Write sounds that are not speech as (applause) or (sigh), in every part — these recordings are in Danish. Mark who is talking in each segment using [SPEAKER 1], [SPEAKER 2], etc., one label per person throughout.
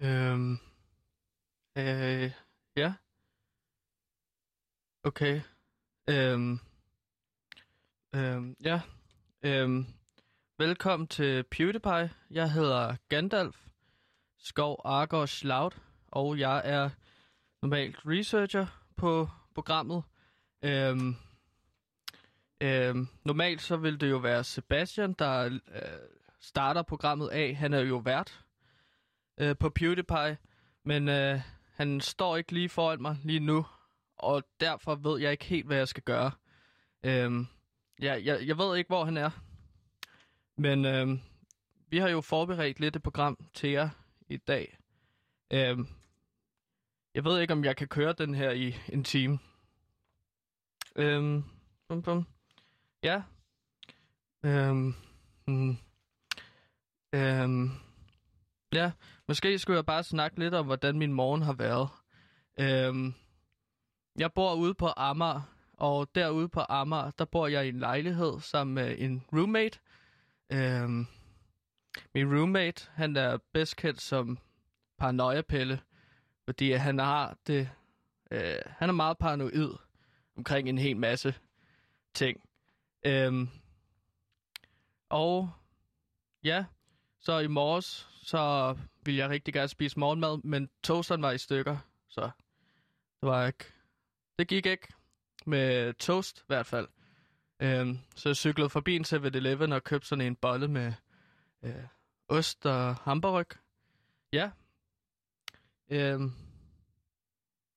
[SPEAKER 1] Øhm. Øh, ja. Okay. Øhm. Øhm, ja. Øhm. Velkommen til PewDiePie. Jeg hedder Gandalf Skov Argos Schlaut, og jeg er normalt researcher på programmet. Øhm. Øhm, normalt så vil det jo være Sebastian, der øh, starter programmet af. Han er jo vært øh, på PewDiePie, men øh, han står ikke lige foran mig lige nu, og derfor ved jeg ikke helt, hvad jeg skal gøre. Øhm, jeg, jeg, jeg ved ikke, hvor han er, men øhm, vi har jo forberedt lidt et program til jer i dag. Øhm, jeg ved ikke, om jeg kan køre den her i en time. Øhm, bum, bum. Ja. Øhm, mm, øhm, ja, måske skulle jeg bare snakke lidt om, hvordan min morgen har været. Øhm, jeg bor ude på Amager, og derude på Amager, der bor jeg i en lejlighed sammen med en roommate. Øhm, min roommate, han er bedst kendt som paranoia-pille, fordi han har det... Øh, han er meget paranoid omkring en hel masse ting. Øhm, og ja, så i morges, så ville jeg rigtig gerne spise morgenmad, men toasteren var i stykker, så det var ikke... Det gik ikke med toast i hvert fald. Øhm, så jeg cyklede forbi en 7-Eleven og købte sådan en bolle med øh, ost og hamburg. Ja. Øhm,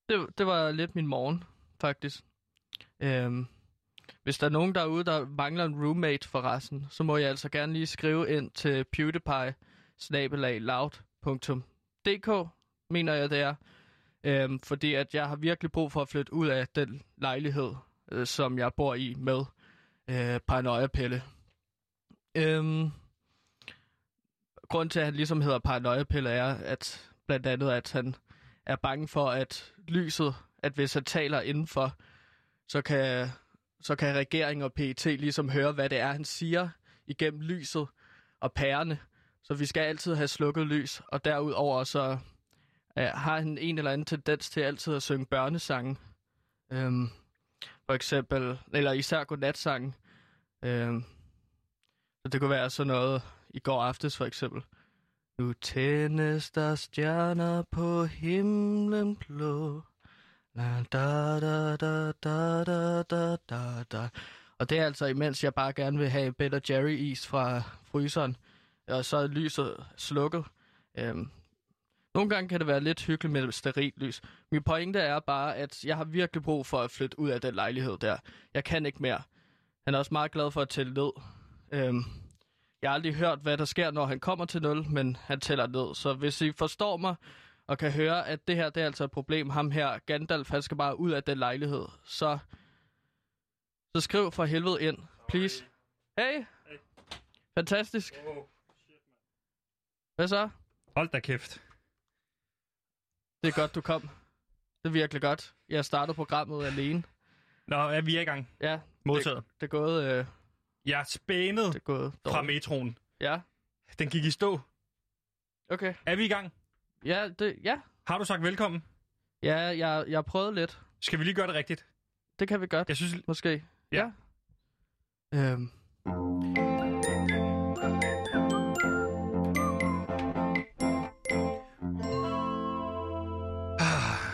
[SPEAKER 1] det, det var lidt min morgen, faktisk. Øhm, hvis der er nogen derude, der mangler en roommate for resten, så må jeg altså gerne lige skrive ind til pewdiepie mener jeg det er. Øhm, fordi at jeg har virkelig brug for at flytte ud af den lejlighed, øh, som jeg bor i med øh, Paranoia-Pelle. Øhm, grunden til, at han ligesom hedder Paranoia-Pelle, er at, blandt andet, at han er bange for, at lyset, at hvis han taler indenfor, så kan, så kan regeringen og PET ligesom høre, hvad det er, han siger igennem lyset og pærerne. Så vi skal altid have slukket lys, og derudover så øh, har han en eller anden tendens til altid at synge børnesange. Øhm, for eksempel, eller især godnatsange. Øhm, så det kunne være sådan noget i går aftes for eksempel. Nu tændes der stjerner på himlen blå. La, da, da, da, da, da, da, da, da. Og det er altså imens jeg bare gerne vil have Ben Jerry is fra fryseren. Og så er lyset slukket. Øhm, nogle gange kan det være lidt hyggeligt med sterilt lys. Min pointe er bare, at jeg har virkelig brug for at flytte ud af den lejlighed der. Jeg kan ikke mere. Han er også meget glad for at tælle ned. Øhm, jeg har aldrig hørt, hvad der sker, når han kommer til 0, men han tæller ned. Så hvis I forstår mig og kan høre, at det her det er altså et problem, ham her, Gandalf, han skal bare ud af den lejlighed, så, så skriv for helvede ind, please. Hey! Fantastisk. Hvad så?
[SPEAKER 2] Hold da kæft.
[SPEAKER 1] Det er godt, du kom. Det er virkelig godt. Jeg startede programmet alene.
[SPEAKER 2] Nå, er vi er i gang.
[SPEAKER 1] Ja,
[SPEAKER 2] Modtaget.
[SPEAKER 1] det er gået, øh,
[SPEAKER 2] Jeg er spænet
[SPEAKER 1] det er gået
[SPEAKER 2] fra
[SPEAKER 1] dårligt.
[SPEAKER 2] metroen.
[SPEAKER 1] Ja,
[SPEAKER 2] Den gik i stå.
[SPEAKER 1] okay.
[SPEAKER 2] Er vi i gang?
[SPEAKER 1] Ja, det, ja.
[SPEAKER 2] Har du sagt velkommen?
[SPEAKER 1] ja jeg, jeg har prøvet lidt.
[SPEAKER 2] Skal vi lige gøre det rigtigt?
[SPEAKER 1] Det kan vi godt,
[SPEAKER 2] Jeg synes...
[SPEAKER 1] måske.
[SPEAKER 2] Ja.
[SPEAKER 1] ja. Øhm.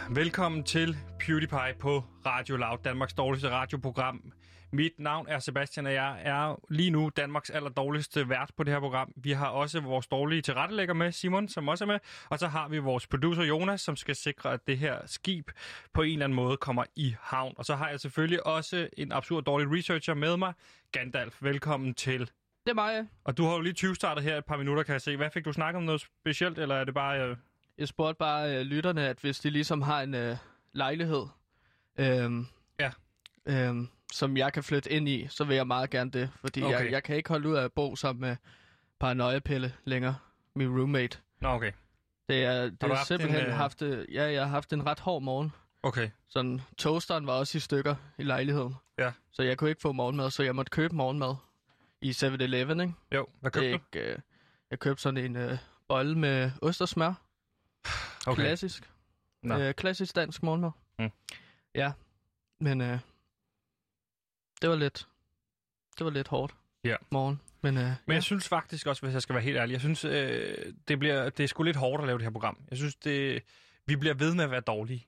[SPEAKER 2] Velkommen til PewDiePie på Radio Loud, Danmarks dårligste radioprogram. Mit navn er Sebastian, og jeg er lige nu Danmarks allerdårligste vært på det her program. Vi har også vores dårlige tilrettelægger med, Simon, som også er med. Og så har vi vores producer, Jonas, som skal sikre, at det her skib på en eller anden måde kommer i havn. Og så har jeg selvfølgelig også en absurd dårlig researcher med mig, Gandalf. Velkommen til.
[SPEAKER 1] Det er mig.
[SPEAKER 2] Og du har jo lige 20 startet her et par minutter, kan jeg se. Hvad fik du snakket om noget specielt, eller er det bare... Øh...
[SPEAKER 1] Jeg spurgte bare øh, lytterne, at hvis de ligesom har en øh, lejlighed, øhm,
[SPEAKER 2] Ja.
[SPEAKER 1] øhm, som jeg kan flytte ind i, så vil jeg meget gerne det. Fordi okay. jeg,
[SPEAKER 2] Okay.
[SPEAKER 1] jeg kan ikke holde ud af at bo sammen med paranoia-pille længere. Min roommate.
[SPEAKER 2] Nå, okay.
[SPEAKER 1] Det er, det
[SPEAKER 2] Har du
[SPEAKER 1] er
[SPEAKER 2] haft
[SPEAKER 1] simpelthen
[SPEAKER 2] en, øh,
[SPEAKER 1] haft, øh... ja, jeg har haft en ret hård morgen.
[SPEAKER 2] Okay.
[SPEAKER 1] Sådan, toasteren var også i stykker i lejligheden.
[SPEAKER 2] Ja.
[SPEAKER 1] Så jeg kunne ikke få morgenmad, så jeg måtte købe morgenmad i 7-Eleven, ikke?
[SPEAKER 2] Jo, hvad
[SPEAKER 1] Det er
[SPEAKER 2] købte du?
[SPEAKER 1] ikke, øh, jeg købte sådan en øh, bolle med ost og smør. Okay. Klassisk.
[SPEAKER 2] Nå.
[SPEAKER 1] Øh, klassisk dansk morgenmad.
[SPEAKER 2] Mm.
[SPEAKER 1] Ja, men øh, det var lidt, det var lidt hårdt.
[SPEAKER 2] Ja.
[SPEAKER 1] Morgen. Men, øh,
[SPEAKER 2] Men
[SPEAKER 1] ja.
[SPEAKER 2] jeg synes faktisk også, hvis jeg skal være helt ærlig, jeg synes, øh, det, bliver, det er sgu lidt hårdt at lave det her program. Jeg synes, det, vi bliver ved med at være dårlige.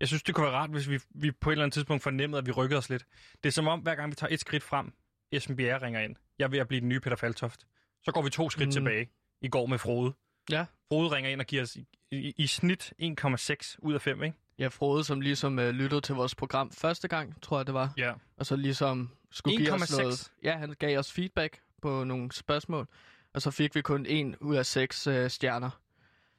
[SPEAKER 2] Jeg synes, det kunne være rart, hvis vi, vi på et eller andet tidspunkt fornemmede, at vi rykkede os lidt. Det er som om, hver gang vi tager et skridt frem, Esben Bjerre ringer ind. Jeg er ved at blive den nye Peter Faltoft. Så går vi to skridt
[SPEAKER 1] Mm.
[SPEAKER 2] mm. tilbage. I går med Frode.
[SPEAKER 1] Ja.
[SPEAKER 2] Frode ringer ind og giver os i, i, i snit 1,6 ud af 5, ikke?
[SPEAKER 1] jeg frode, som ligesom øh, lyttede til vores program første gang, tror jeg det var.
[SPEAKER 2] Ja.
[SPEAKER 1] Og så ligesom skulle give os
[SPEAKER 2] 1,6.
[SPEAKER 1] noget... Ja, han gav os feedback på nogle spørgsmål. Og så fik vi kun en ud af seks øh, stjerner.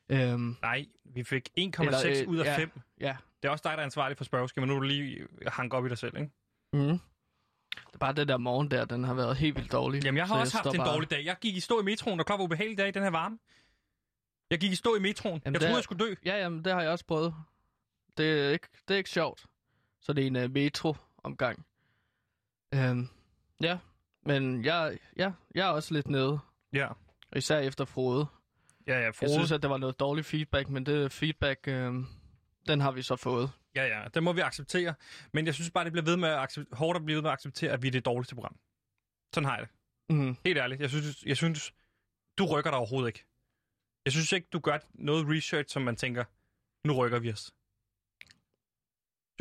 [SPEAKER 1] Øhm,
[SPEAKER 2] Nej, vi fik 1,6
[SPEAKER 1] Eller, øh,
[SPEAKER 2] ud af
[SPEAKER 1] ja.
[SPEAKER 2] 5.
[SPEAKER 1] ja.
[SPEAKER 2] Det er også dig, der er ansvarlig for spørgeskemaet. Nu er du lige hank op i dig selv, ikke?
[SPEAKER 1] Mm. Det er bare det der morgen der, den har været helt vildt dårlig.
[SPEAKER 2] Jamen, jeg har
[SPEAKER 1] Så
[SPEAKER 2] også
[SPEAKER 1] står
[SPEAKER 2] haft en
[SPEAKER 1] bare-
[SPEAKER 2] dårlig dag. Jeg gik i stå i metroen, og klokken var ubehagelig dag i den her varme. Jeg gik i stå i metroen.
[SPEAKER 1] Jamen,
[SPEAKER 2] jeg
[SPEAKER 1] der-
[SPEAKER 2] troede, jeg skulle dø.
[SPEAKER 1] Ja, jamen, det har jeg også prøvet. Det er ikke, det er ikke sjovt. Så det er en uh, metro-omgang. Øhm, ja, men jeg, ja, jeg er også lidt nede.
[SPEAKER 2] Ja,
[SPEAKER 1] Især efter Frode.
[SPEAKER 2] ja, ja.
[SPEAKER 1] Jeg synes, at der var noget dårlig feedback, men det feedback, øhm, den har vi så fået.
[SPEAKER 2] Ja, ja, det må vi acceptere. Men jeg synes bare, det bliver ved med at accept- hårdt at blive ved med at acceptere, at vi er det dårligste program. Sådan har jeg det.
[SPEAKER 1] Mm.
[SPEAKER 2] Helt ærligt. Jeg synes, jeg synes du rykker dig overhovedet ikke. Jeg synes ikke, du gør noget research, som man tænker, nu rykker vi os.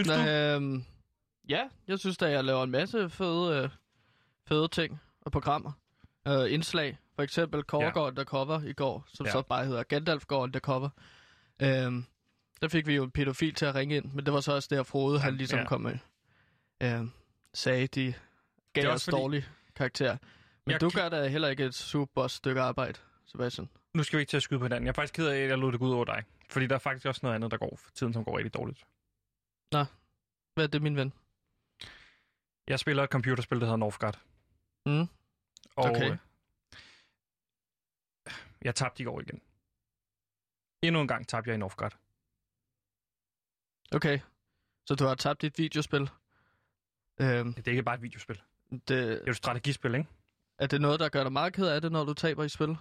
[SPEAKER 2] Synes du?
[SPEAKER 1] Øhm, ja, jeg synes da, jeg laver en masse fede, øh, fede ting og programmer. Øh, indslag. For eksempel Korgården, der cover i går, som
[SPEAKER 2] Ja.
[SPEAKER 1] så bare hedder Gandalfgården, der cover. Øhm, der fik vi jo en pædofil til at ringe ind, men det var så også der Frode, han ligesom
[SPEAKER 2] ja.
[SPEAKER 1] ja. kom med. Øhm, sagde, de
[SPEAKER 2] Det
[SPEAKER 1] gav
[SPEAKER 2] er
[SPEAKER 1] os
[SPEAKER 2] også fordi-
[SPEAKER 1] dårlig karakter. Men
[SPEAKER 2] Jeg
[SPEAKER 1] du
[SPEAKER 2] kan-
[SPEAKER 1] gør da heller ikke et super stykke arbejde, Sebastian.
[SPEAKER 2] Nu skal vi ikke til at skyde på hinanden. Jeg er faktisk ked af, at jeg lod det gå ud over dig. Fordi der er faktisk også noget andet, der går for tiden, som går rigtig dårligt.
[SPEAKER 1] Hvad er det, min ven?
[SPEAKER 2] Jeg spiller et computerspil, der hedder Northgard.
[SPEAKER 1] Mm.
[SPEAKER 2] Og
[SPEAKER 1] Okay.
[SPEAKER 2] okay. jeg tabte i går igen. Endnu en gang tabte jeg i Northgard.
[SPEAKER 1] Okay, så du har tabt dit videospil. Øhm,
[SPEAKER 2] Det er ikke bare et videospil. Det
[SPEAKER 1] det,
[SPEAKER 2] er jo et strategispil, ikke?
[SPEAKER 1] Er det noget, der gør dig meget ked af det, når du taber i spil?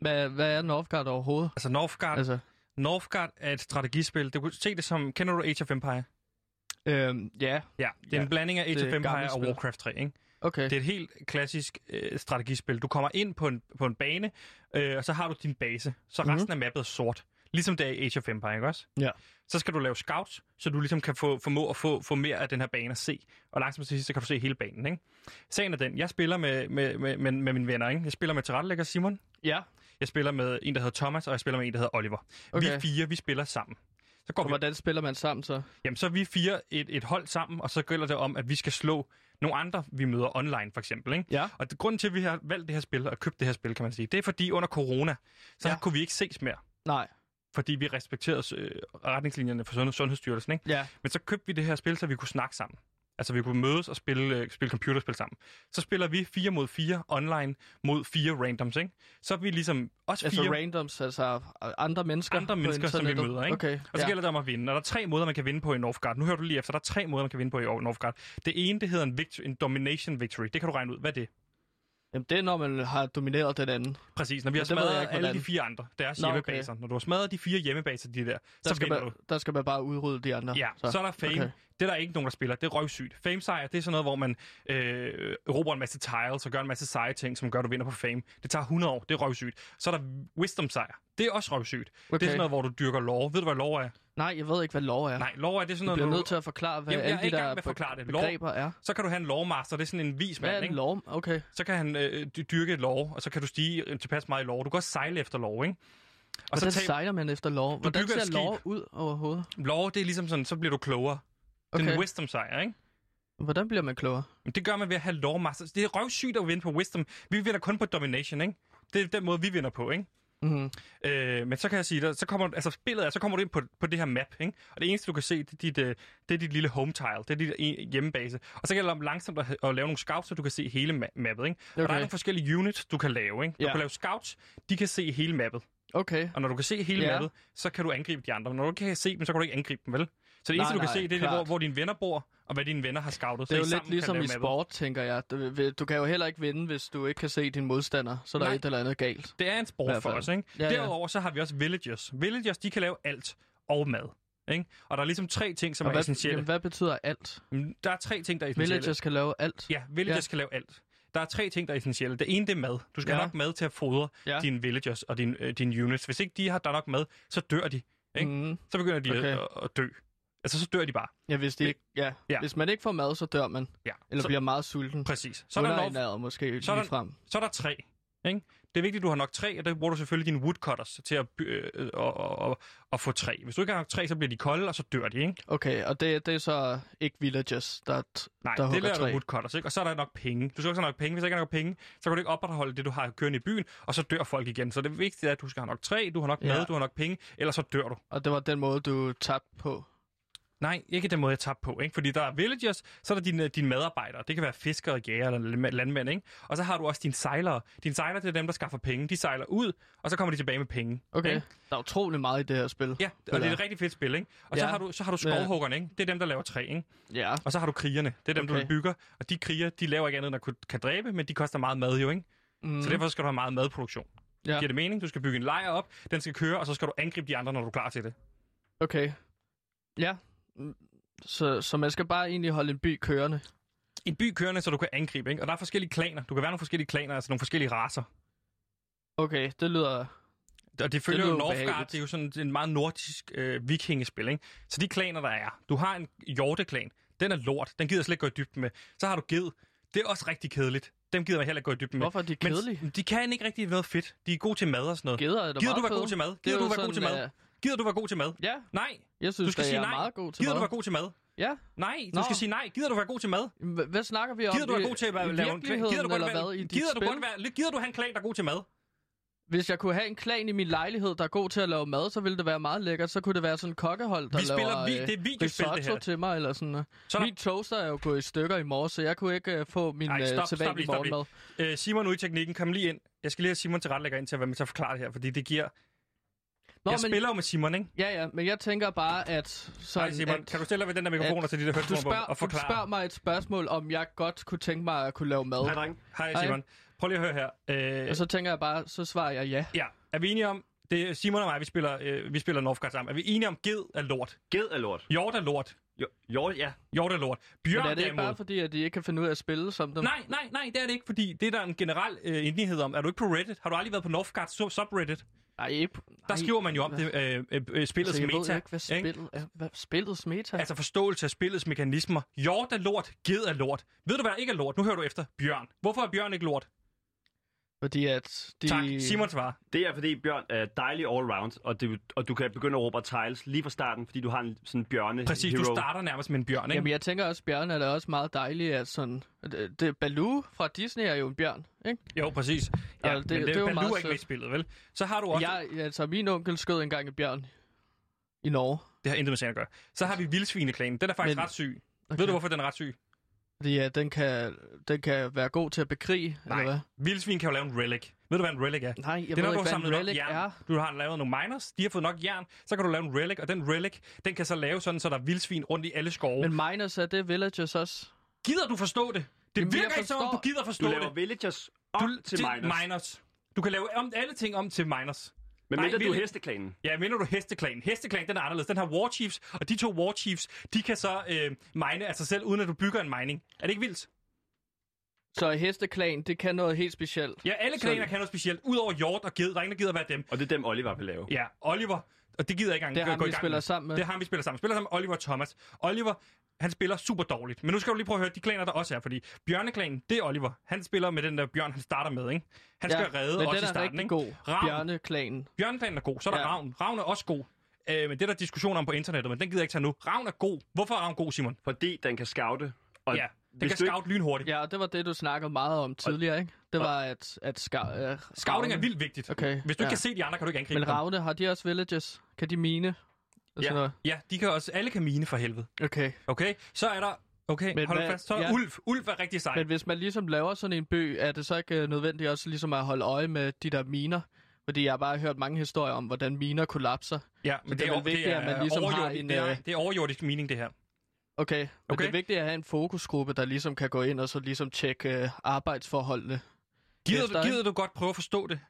[SPEAKER 1] Hvad, hvad er Northgard overhovedet?
[SPEAKER 2] Altså Northgard, altså...
[SPEAKER 1] Altså,
[SPEAKER 2] Northgard er et strategispil. Du kunne se det som... Kender du Age of Empire?
[SPEAKER 1] øhm, ja,
[SPEAKER 2] Ja, det er
[SPEAKER 1] Ja.
[SPEAKER 2] en blanding af Age
[SPEAKER 1] Det er
[SPEAKER 2] of
[SPEAKER 1] et gammelt
[SPEAKER 2] Empire og
[SPEAKER 1] spil.
[SPEAKER 2] Warcraft 3, ikke?
[SPEAKER 1] okay.
[SPEAKER 2] Det er et helt klassisk øh, strategispil. Du kommer ind på en, på en bane, øh, og så har du din base. Så resten af mappet er sort. Ligesom det er i Age of Empire, ikke også?
[SPEAKER 1] Mhm. Ja.
[SPEAKER 2] Så skal du lave scouts, så du ligesom kan få, formå at få, få mere af den her bane at se. Og langsomt til sidst, så kan du se hele banen, ikke? Sagen er den, jeg spiller med, med, med, med, med mine venner, ikke? Jeg spiller med tilrettelægger Simon,
[SPEAKER 1] Ja,
[SPEAKER 2] jeg spiller med en, der hedder Thomas, og jeg spiller med en, der hedder Oliver. Okay.
[SPEAKER 1] Okay.
[SPEAKER 2] Vi fire, vi spiller sammen. Så går
[SPEAKER 1] og
[SPEAKER 2] vi
[SPEAKER 1] hvordan spiller man sammen så?
[SPEAKER 2] Jamen, så er vi fire et, et hold sammen, og så gælder det om, at vi skal slå nogle andre, vi møder online, for eksempel. Ikke?
[SPEAKER 1] Ja.
[SPEAKER 2] Og det, grunden til, at vi har valgt det her spil, og købt det her spil, kan man sige, det er fordi under corona, så
[SPEAKER 1] Ja.
[SPEAKER 2] ja. kunne vi ikke ses mere,
[SPEAKER 1] Nej,
[SPEAKER 2] fordi vi respekterede øh, retningslinjerne fra Sundhed, Sundhedsstyrelsen. Ikke?
[SPEAKER 1] ja,
[SPEAKER 2] Men så købte vi det her spil, så vi kunne snakke sammen. Altså, vi kunne mødes og spille, øh, spille computerspil sammen. Så spiller vi fire mod fire online mod fire randoms, ikke? Så er vi ligesom også
[SPEAKER 1] altså
[SPEAKER 2] fire...
[SPEAKER 1] randoms, altså andre mennesker
[SPEAKER 2] Andre
[SPEAKER 1] på
[SPEAKER 2] mennesker, som vi
[SPEAKER 1] internettet.
[SPEAKER 2] møder, ikke?
[SPEAKER 1] Okay,
[SPEAKER 2] Og så ja. gælder det om at vinde. Og der er tre måder, man kan vinde på i Northgard. Nu hører du lige efter, der er tre måder, man kan vinde på i Northgard. Det ene, det hedder en, victory, en domination victory. Det kan du regne ud. Hvad er det?
[SPEAKER 1] Jamen, det er, når man har domineret den anden.
[SPEAKER 2] Præcis, når vi har
[SPEAKER 1] Ja, det ved jeg
[SPEAKER 2] smadret
[SPEAKER 1] ikke,
[SPEAKER 2] alle
[SPEAKER 1] hvordan.
[SPEAKER 2] de fire andre, deres
[SPEAKER 1] Nå,
[SPEAKER 2] Nå,
[SPEAKER 1] okay.
[SPEAKER 2] hjemmebaser. Når du har smadret de fire hjemmebaser, de der,
[SPEAKER 1] Der
[SPEAKER 2] så
[SPEAKER 1] skal,
[SPEAKER 2] vinder du.
[SPEAKER 1] man, der skal man bare udrydde de andre.
[SPEAKER 2] Ja, så. så er der fame.
[SPEAKER 1] Okay.
[SPEAKER 2] Okay. Det er der ikke nogen, der spiller. Det er røvsygt. Fame-sejr, det er sådan noget, hvor man øh, råber en masse tiles og gør en masse seje ting, som gør, at du vinder på fame. Det tager 100 år. Det er røvsygt. Så er der wisdom-sejr. Det er også røvsygt. Okay. Det
[SPEAKER 1] Okay.
[SPEAKER 2] er sådan noget, hvor du dyrker lov. Ved du, hvad lov er?
[SPEAKER 1] Nej, jeg ved ikke, hvad lov er.
[SPEAKER 2] Nej, lov er det er sådan
[SPEAKER 1] Du
[SPEAKER 2] noget,
[SPEAKER 1] bliver
[SPEAKER 2] når
[SPEAKER 1] nødt til at forklare, hvad
[SPEAKER 2] Jamen,
[SPEAKER 1] alle
[SPEAKER 2] jeg er
[SPEAKER 1] de
[SPEAKER 2] i
[SPEAKER 1] der
[SPEAKER 2] gang med at forklare det. Lov-
[SPEAKER 1] begreber er.
[SPEAKER 2] så kan du have en lovmaster, det er sådan en vis
[SPEAKER 1] Hvad er
[SPEAKER 2] mand,
[SPEAKER 1] en
[SPEAKER 2] ikke?
[SPEAKER 1] lov? Okay,
[SPEAKER 2] Så kan han øh, dy- dyrke et lov, og så kan du stige øh, tilpas meget i lov. Du kan også sejle efter lov, ikke? Og
[SPEAKER 1] hvordan
[SPEAKER 2] så tab-
[SPEAKER 1] sejler man efter lov? Hvordan
[SPEAKER 2] bygger et
[SPEAKER 1] ser
[SPEAKER 2] skib.
[SPEAKER 1] lov ud overhovedet?
[SPEAKER 2] lov, det er ligesom sådan, så bliver du klogere. Okay. Den
[SPEAKER 1] Okay,
[SPEAKER 2] wisdom sejr, ikke?
[SPEAKER 1] hvordan bliver man klogere?
[SPEAKER 2] Men det gør man ved at have lovmaster. Det er røvsygt at vinde på wisdom. Vi vinder kun på domination, ikke? Det er den måde, vi vinder på, ikke?
[SPEAKER 1] Mm.
[SPEAKER 2] Øh, men så kan jeg sige dig, så kommer, altså spillet er, så kommer du ind på, på det her map, ikke? og det eneste, du kan se, det er dit, øh, det er dit lille home tile, det er dit e- hjemmebase. Og så gælder det om langsomt at, at lave nogle scouts, så du kan se hele ma- mappet. Ikke? Okay. Og der
[SPEAKER 1] Okay.
[SPEAKER 2] er nogle forskellige units, du kan lave. Ikke? Du
[SPEAKER 1] Ja.
[SPEAKER 2] ja. kan lave scouts, de kan se hele mappet.
[SPEAKER 1] Okay,
[SPEAKER 2] Og når du kan se hele
[SPEAKER 1] Ja.
[SPEAKER 2] ja. mappet, så kan du angribe de andre. Men når du ikke kan se dem, så kan du ikke angribe dem, vel? Så det
[SPEAKER 1] Nej,
[SPEAKER 2] eneste, du kan
[SPEAKER 1] nej,
[SPEAKER 2] se, det er det,
[SPEAKER 1] klart.
[SPEAKER 2] hvor, hvor dine venner bor, og hvad dine venner har scoutet.
[SPEAKER 1] Det er jo
[SPEAKER 2] så I sammen
[SPEAKER 1] lidt ligesom
[SPEAKER 2] kan lave
[SPEAKER 1] i
[SPEAKER 2] mappet.
[SPEAKER 1] sport, tænker jeg. Du, du kan jo heller ikke vinde, hvis du ikke kan se din modstander. Så er der
[SPEAKER 2] Nej.
[SPEAKER 1] er et eller andet galt.
[SPEAKER 2] Det er en
[SPEAKER 1] I
[SPEAKER 2] sport
[SPEAKER 1] hvert
[SPEAKER 2] for
[SPEAKER 1] fald.
[SPEAKER 2] os, ikke?
[SPEAKER 1] Ja,
[SPEAKER 2] Ja,
[SPEAKER 1] ja.
[SPEAKER 2] Derudover så har vi også villagers. Villagers, de kan lave alt og mad. Ikke? Og der er ligesom tre ting, som
[SPEAKER 1] Og
[SPEAKER 2] er
[SPEAKER 1] hvad,
[SPEAKER 2] essentielle.
[SPEAKER 1] jamen, hvad betyder alt?
[SPEAKER 2] Mm, Der er tre ting, der er essentielle.
[SPEAKER 1] Villagers kan lave alt.
[SPEAKER 2] Ja, villagers ja. kan lave alt. Der er tre ting, der er essentielle. Det ene, det er mad. Du skal ja.
[SPEAKER 1] Ja.
[SPEAKER 2] have nok mad til at fodre ja.
[SPEAKER 1] Ja.
[SPEAKER 2] dine villagers og dine, øh, dine units. Hvis ikke de har der er nok mad, så dør de. Ikke?
[SPEAKER 1] Mm.
[SPEAKER 2] Så begynder de okay.
[SPEAKER 1] Okay.
[SPEAKER 2] at, at dø. Altså, så dør de bare.
[SPEAKER 1] Ja, hvis, de
[SPEAKER 2] Det-
[SPEAKER 1] ikke, ja.
[SPEAKER 2] Ja.
[SPEAKER 1] ja, hvis man ikke får mad, så dør man.
[SPEAKER 2] Ja.
[SPEAKER 1] Eller
[SPEAKER 2] så,
[SPEAKER 1] så, bliver meget sulten.
[SPEAKER 2] Præcis. Så
[SPEAKER 1] Så
[SPEAKER 2] er,
[SPEAKER 1] er
[SPEAKER 2] der lov,
[SPEAKER 1] Underernæret måske
[SPEAKER 2] så er
[SPEAKER 1] så
[SPEAKER 2] der-
[SPEAKER 1] lige frem.
[SPEAKER 2] så er der tre. Ikke? Det er vigtigt, at du har nok tre, og der bruger du selvfølgelig dine woodcutters til at, by- øh, og, og, og, og få tre. Hvis du ikke har nok tre, så bliver de kolde, og så dør de. Ikke?
[SPEAKER 1] Okay, og det, det er så ikke villagers, der... er t-
[SPEAKER 2] Nej,
[SPEAKER 1] Der
[SPEAKER 2] det
[SPEAKER 1] hugger
[SPEAKER 2] lærer du
[SPEAKER 1] træ.
[SPEAKER 2] woodcutters, ikke? Og så er der nok penge. Du skal også have nok penge. Hvis der ikke er nok penge, så kan du ikke opretholde det, du har kørende i byen, og så dør folk igen. Så det vigtige er, at du skal have nok træ, du har nok mad,
[SPEAKER 1] Ja.
[SPEAKER 2] du har nok penge, ellers så dør du.
[SPEAKER 1] Og det var den måde, du tabte på.
[SPEAKER 2] Nej, ikke den måde, jeg tabte på. Ikke? Fordi der er villagers, så er der dine, dine medarbejdere. Det kan være fiskere, jæger eller landmæ- landmænd. Ikke? Og så har du også dine sejlere. Dine sejlere, det er dem, der skaffer penge. De sejler ud, og så kommer de tilbage med penge.
[SPEAKER 1] Okay.
[SPEAKER 2] ikke?
[SPEAKER 1] Der er utrolig meget i det her spil.
[SPEAKER 2] Ja, og det er
[SPEAKER 1] Eller-
[SPEAKER 2] et rigtig fedt spil, ikke? Og så
[SPEAKER 1] Ja.
[SPEAKER 2] har du, så har du skovhuggerne, ikke? Det er dem, der laver træ, ikke?
[SPEAKER 1] ja.
[SPEAKER 2] Og så har du krigerne. Det er dem, okay. du
[SPEAKER 1] Okay.
[SPEAKER 2] bygger. Og de kriger, de laver ikke andet end at kunne, kan dræbe, men de koster meget mad jo, ikke? Mm. Så derfor skal du have meget madproduktion. Ja.
[SPEAKER 1] Mhm. Ja.
[SPEAKER 2] Giver det mening? Du skal bygge en lejr op, den skal køre, og så skal du angribe de andre, når du er klar til det.
[SPEAKER 1] Okay. Ja. Mm, Så, så man skal bare egentlig holde en by kørende.
[SPEAKER 2] En by kørende, så du kan angribe, ikke? Og der er forskellige klaner. Du kan være nogle forskellige klaner, altså nogle forskellige raser.
[SPEAKER 1] Okay, det lyder...
[SPEAKER 2] Og det følger jo
[SPEAKER 1] lyder
[SPEAKER 2] Northgard,
[SPEAKER 1] ubehageligt.
[SPEAKER 2] det er jo sådan en meget nordisk øh, vikingespil, ikke? Så de klaner, der er. Du har en hjorteklan, den er lort, den gider jeg slet ikke gå i dybden med. Så har du ged, det er også rigtig kedeligt. Dem gider man heller ikke gå i dybden med.
[SPEAKER 1] Hvorfor er de kedelige?
[SPEAKER 2] Men de kan ikke rigtig noget fedt. De er gode til mad og sådan noget.
[SPEAKER 1] Geder er da
[SPEAKER 2] Gider
[SPEAKER 1] meget
[SPEAKER 2] du være
[SPEAKER 1] fede.
[SPEAKER 2] god til mad?
[SPEAKER 1] Det er
[SPEAKER 2] Gider du
[SPEAKER 1] jo
[SPEAKER 2] være god til
[SPEAKER 1] sådan,
[SPEAKER 2] mad?
[SPEAKER 1] øh,
[SPEAKER 2] Gider du være god til mad?
[SPEAKER 1] Ja,
[SPEAKER 2] Nej.
[SPEAKER 1] jeg synes,
[SPEAKER 2] Du skal
[SPEAKER 1] at
[SPEAKER 2] sige
[SPEAKER 1] jeg er
[SPEAKER 2] nej.
[SPEAKER 1] meget god til
[SPEAKER 2] Gider
[SPEAKER 1] mad.
[SPEAKER 2] du være god til mad?
[SPEAKER 1] Ja.
[SPEAKER 2] Nej, du
[SPEAKER 1] Nå.
[SPEAKER 2] skal sige nej. Gider du være god til mad?
[SPEAKER 1] Hva- Hvad snakker vi om?
[SPEAKER 2] Gider du være
[SPEAKER 1] I-
[SPEAKER 2] god til at være,
[SPEAKER 1] i
[SPEAKER 2] lave en klan? Gider du
[SPEAKER 1] virkeligheden,
[SPEAKER 2] godt
[SPEAKER 1] eller
[SPEAKER 2] være,
[SPEAKER 1] hvad i dit
[SPEAKER 2] gider du
[SPEAKER 1] spil?
[SPEAKER 2] godt være, gider du have en klan, der er god til mad?
[SPEAKER 1] Hvis jeg kunne have en klan i min lejlighed, der er god til at lave mad, så ville det være meget lækkert. Så kunne det være sådan en kokkehold, der
[SPEAKER 2] Vi
[SPEAKER 1] laver
[SPEAKER 2] spiller vi,
[SPEAKER 1] øh,
[SPEAKER 2] det er videospil, det
[SPEAKER 1] risotto
[SPEAKER 2] her.
[SPEAKER 1] til mig, eller sådan noget.
[SPEAKER 2] Så
[SPEAKER 1] Så...
[SPEAKER 2] er
[SPEAKER 1] Min toaster er jo gået i stykker i morges, så jeg kunne ikke øh, få min
[SPEAKER 2] Ej,
[SPEAKER 1] øh,
[SPEAKER 2] stop, stop lige,
[SPEAKER 1] sædvanlige
[SPEAKER 2] stop lige.
[SPEAKER 1] morgenmad.
[SPEAKER 2] Øh, Simon ude i teknikken, kom lige ind. Jeg skal lige have Simon til retlægger ind til at være med til at forklare det her, fordi det giver...
[SPEAKER 1] Nå,
[SPEAKER 2] jeg
[SPEAKER 1] men,
[SPEAKER 2] spiller jo med Simon, ikke?
[SPEAKER 1] Ja, ja, men jeg tænker bare, at... Sådan,
[SPEAKER 2] Nej, Simon,
[SPEAKER 1] at
[SPEAKER 2] kan du stille dig ved den der mikrofon og til de der
[SPEAKER 1] du
[SPEAKER 2] høretelefoner
[SPEAKER 1] spørger,
[SPEAKER 2] på og
[SPEAKER 1] du spørger
[SPEAKER 2] forklare?
[SPEAKER 1] mig et spørgsmål, om jeg godt kunne tænke mig at kunne lave mad.
[SPEAKER 3] Hej, dreng.
[SPEAKER 2] Hej,
[SPEAKER 1] Hej.
[SPEAKER 2] Simon. Prøv lige at høre her. Øh,
[SPEAKER 1] Og så tænker jeg bare, så svarer jeg ja.
[SPEAKER 2] ja, er vi enige om... Det er Simon og mig, vi spiller, øh, vi spiller Northgard sammen. Er vi enige om, ged er lort?
[SPEAKER 3] Ged er lort.
[SPEAKER 2] Hjort er lort.
[SPEAKER 3] Jo, jo ja.
[SPEAKER 2] Hjort er lort.
[SPEAKER 1] Men
[SPEAKER 2] Bjørn
[SPEAKER 1] er det ikke
[SPEAKER 2] derimod...
[SPEAKER 1] bare fordi, at de ikke kan finde ud af at spille som dem?
[SPEAKER 2] Nej, nej, nej, det er det ikke, fordi det er der en generel øh, enighed om. Er du ikke på Reddit? Har du aldrig været på Northgard su- subreddit? Der
[SPEAKER 1] Nej, ikke.
[SPEAKER 2] Ej, skriver man jo om det, øh, øh, øh, spillets
[SPEAKER 1] altså, jeg
[SPEAKER 2] meta.
[SPEAKER 1] ved ikke, hvad spillet er. Hvad spillets meta?
[SPEAKER 2] Altså forståelse af spillets mekanismer. Hjort er lort, ged er lort. Ved du, hvad der ikke er lort? Nu hører du efter. Bjørn. Hvorfor er Bjørn ikke lort?
[SPEAKER 1] Fordi at de...
[SPEAKER 2] De... Tak. Simon svarer.
[SPEAKER 3] Det er fordi Bjørn er dejlig all-round, og, det, og du kan begynde at råbe og tiles lige fra starten, fordi du har en sådan bjørne
[SPEAKER 2] Præcis,
[SPEAKER 3] hero.
[SPEAKER 2] du starter nærmest med en bjørn, ikke?
[SPEAKER 1] Jamen, jeg tænker også, at bjørn er da også meget dejlig, at sådan... Det, det, Baloo fra Disney er jo en bjørn, ikke?
[SPEAKER 2] Jo, præcis. Ja,
[SPEAKER 1] Altså,
[SPEAKER 2] det, men det, det
[SPEAKER 1] er jo
[SPEAKER 2] Baloo
[SPEAKER 1] meget
[SPEAKER 2] er ikke med i
[SPEAKER 1] sødt.
[SPEAKER 2] spillet, vel? Så har du også...
[SPEAKER 1] Jeg, altså, min onkel skød engang en bjørn i Norge.
[SPEAKER 2] Det har intet med sagen at gøre. Så har vi vildsvineklanen. Den er faktisk men...
[SPEAKER 1] Altså- Men-
[SPEAKER 2] ret syg. Okay.
[SPEAKER 1] Okay.
[SPEAKER 2] Ved du, hvorfor den er ret syg?
[SPEAKER 1] Fordi ja, den kan, den kan være god til at bekrige, Nej. eller hvad?
[SPEAKER 2] Vildsvin kan jo lave en relic. Ved du, hvad en relic er?
[SPEAKER 1] Nej, jeg
[SPEAKER 2] det er,
[SPEAKER 1] ved
[SPEAKER 2] når du
[SPEAKER 1] ikke,
[SPEAKER 2] har
[SPEAKER 1] hvad
[SPEAKER 2] samlet
[SPEAKER 1] en
[SPEAKER 2] nok
[SPEAKER 1] relic
[SPEAKER 2] jern.
[SPEAKER 1] er.
[SPEAKER 2] Du har lavet nogle miners, de har fået nok jern, så kan du lave en relic, og den relic, den kan så lave sådan, så der er vildsvin rundt i alle skove. Men...
[SPEAKER 1] Men miners er det villagers også.
[SPEAKER 2] Gider du forstå det? Det
[SPEAKER 1] Jamen,
[SPEAKER 2] virker
[SPEAKER 1] jeg
[SPEAKER 2] ikke som om, du
[SPEAKER 1] forstår-
[SPEAKER 2] gider forstå
[SPEAKER 3] du laver
[SPEAKER 2] det.
[SPEAKER 3] villagers om du, til
[SPEAKER 2] det-
[SPEAKER 3] miners.
[SPEAKER 2] miners. Du kan lave om, alle ting om til miners.
[SPEAKER 3] Men
[SPEAKER 2] Nej,
[SPEAKER 3] mindre du er
[SPEAKER 2] vildt.
[SPEAKER 3] hesteklanen.
[SPEAKER 2] Ja, mener du hesteklanen? Hesteklanen, den er anderledes. Den har warchiefs, og de to warchiefs, de kan så øh, mine af sig selv, uden at du bygger en mining. Er det ikke vildt?
[SPEAKER 1] Så hesteklan, det kan noget helt specielt.
[SPEAKER 2] Ja, alle
[SPEAKER 1] Så-
[SPEAKER 2] klaner kan noget specielt. Udover hjort og ged, der er ingen, der gider være dem.
[SPEAKER 3] Og det er dem, Oliver vil lave.
[SPEAKER 2] Ja, Oliver, og det gider jeg ikke engang
[SPEAKER 1] Det er
[SPEAKER 2] gå-
[SPEAKER 1] ham,
[SPEAKER 2] gå i
[SPEAKER 1] vi
[SPEAKER 2] gang
[SPEAKER 1] spiller
[SPEAKER 2] med.
[SPEAKER 1] sammen med.
[SPEAKER 2] Det er ham, vi spiller sammen. Spiller sammen med Oliver og Thomas. Oliver, han spiller super dårligt. Men nu skal du lige prøve at høre de klaner, der også er. Fordi bjørneklanen, det er Oliver. Han spiller med den der bjørn, han starter med. Ikke? Han skal redde
[SPEAKER 1] men
[SPEAKER 2] også
[SPEAKER 1] den
[SPEAKER 2] i
[SPEAKER 1] er
[SPEAKER 2] starten.
[SPEAKER 1] rigtig
[SPEAKER 2] ikke?
[SPEAKER 1] god.
[SPEAKER 2] Ravn.
[SPEAKER 1] Bjørneklanen.
[SPEAKER 2] Bjørneklanen er god. Så er der
[SPEAKER 1] Ja.
[SPEAKER 2] Ravn. Ravn er også god. Øh, men det er der diskussioner om på internettet, men den gider jeg ikke tage nu. Ravn er god. Hvorfor er Ravn god, Simon?
[SPEAKER 3] Fordi den kan scoute. Og
[SPEAKER 2] Ja, den
[SPEAKER 3] hvis
[SPEAKER 2] kan
[SPEAKER 3] du ikke-
[SPEAKER 2] scout lynhurtigt. Ja.
[SPEAKER 1] Ja, og det var det, du snakkede meget om tidligere, ikke? Det var, at, at ska, uh,
[SPEAKER 2] Scouting er vildt vigtigt.
[SPEAKER 1] Okay,
[SPEAKER 2] Hvis du ikke
[SPEAKER 1] ja.
[SPEAKER 2] kan se de andre, kan du ikke angribe
[SPEAKER 1] Men
[SPEAKER 2] dem.
[SPEAKER 1] ravne, har de også villages? Kan de mine? Og
[SPEAKER 3] Ja.
[SPEAKER 1] sådan noget.
[SPEAKER 2] Ja, de kan også. Alle kan mine for helvede.
[SPEAKER 1] Okay.
[SPEAKER 2] Okay, så er der... Okay,
[SPEAKER 1] Men
[SPEAKER 2] hold
[SPEAKER 1] hvad-
[SPEAKER 2] fast. Så er der
[SPEAKER 1] ja.
[SPEAKER 2] Ulf. Ulf er rigtig sej.
[SPEAKER 1] Men hvis man ligesom laver sådan en by, er det så ikke øh, nødvendigt også ligesom at holde øje med de der miner? Fordi jeg har bare hørt mange historier om, hvordan miner kollapser.
[SPEAKER 2] Ja, men
[SPEAKER 1] det
[SPEAKER 2] det,
[SPEAKER 1] er
[SPEAKER 2] er,
[SPEAKER 1] vel vigtigt,
[SPEAKER 2] det er,
[SPEAKER 1] at man ligesom har
[SPEAKER 2] overjordisk-
[SPEAKER 1] en,
[SPEAKER 2] det, er,
[SPEAKER 1] øh,
[SPEAKER 2] det er overjordisk mening, det her.
[SPEAKER 1] Okay, men
[SPEAKER 2] Okay.
[SPEAKER 1] det er vigtigt at have en fokusgruppe, der ligesom kan gå ind og så ligesom tjekke øh, arbejdsforholdene.
[SPEAKER 2] Gider
[SPEAKER 1] efter,
[SPEAKER 2] du,
[SPEAKER 1] ikke?
[SPEAKER 2] gider du godt prøve at forstå det?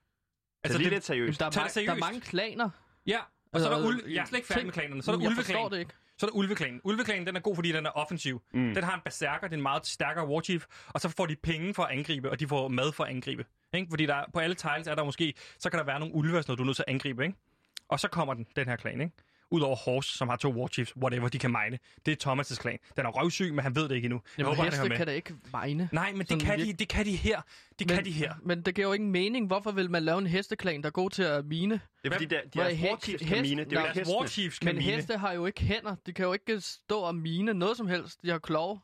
[SPEAKER 3] Altså, det er lidt seriøst.
[SPEAKER 1] Der er,
[SPEAKER 2] Tag det
[SPEAKER 1] ma- der er
[SPEAKER 2] seriøst.
[SPEAKER 1] mange klaner.
[SPEAKER 2] Ja, og så er der
[SPEAKER 1] Altså,
[SPEAKER 2] ulve... Jeg er slet ikke færdig
[SPEAKER 1] tænk-
[SPEAKER 2] med klanerne. Så er der
[SPEAKER 1] jeg forstår
[SPEAKER 2] ulveklanen.
[SPEAKER 1] det ikke.
[SPEAKER 2] Så er der ulveklanen. Ulveklanen, den er god, fordi den er offensiv.
[SPEAKER 3] Mm.
[SPEAKER 2] Den har en berserker, det er en meget stærkere warchief, og så får de penge for at angribe, og de får mad for at angribe. Ikke? Fordi der, på alle tiles er der måske, så kan der være nogle ulve, og sådan noget, du er nødt til at angribe. Ikke? Og så kommer den, den her klan. Ikke? Udover Horse, som har to warchiefs, whatever, de kan mine. Det er Thomas' klan. Den er røvsyg, men han ved det ikke endnu. Jeg
[SPEAKER 1] Jamen,
[SPEAKER 2] håber, han hører
[SPEAKER 1] heste
[SPEAKER 2] med.
[SPEAKER 1] kan da ikke mine.
[SPEAKER 2] Nej, men
[SPEAKER 1] Sådan
[SPEAKER 2] det kan, de,
[SPEAKER 1] virke-
[SPEAKER 2] det kan de her. Det
[SPEAKER 1] men,
[SPEAKER 2] kan de her.
[SPEAKER 1] Men det giver jo ingen mening. Hvorfor vil man lave en hesteklan, der er god til at mine?
[SPEAKER 3] Det er fordi, der, de
[SPEAKER 1] Hvad
[SPEAKER 3] er
[SPEAKER 1] er
[SPEAKER 3] sportschiefs
[SPEAKER 1] hest-
[SPEAKER 3] kamine. Det er jo
[SPEAKER 1] Nå,
[SPEAKER 3] ikke
[SPEAKER 2] Deres
[SPEAKER 3] hestene.
[SPEAKER 2] warchiefs kan
[SPEAKER 1] Men
[SPEAKER 2] mine.
[SPEAKER 1] heste har jo ikke hænder. De kan jo ikke stå og mine noget som helst. De har klove.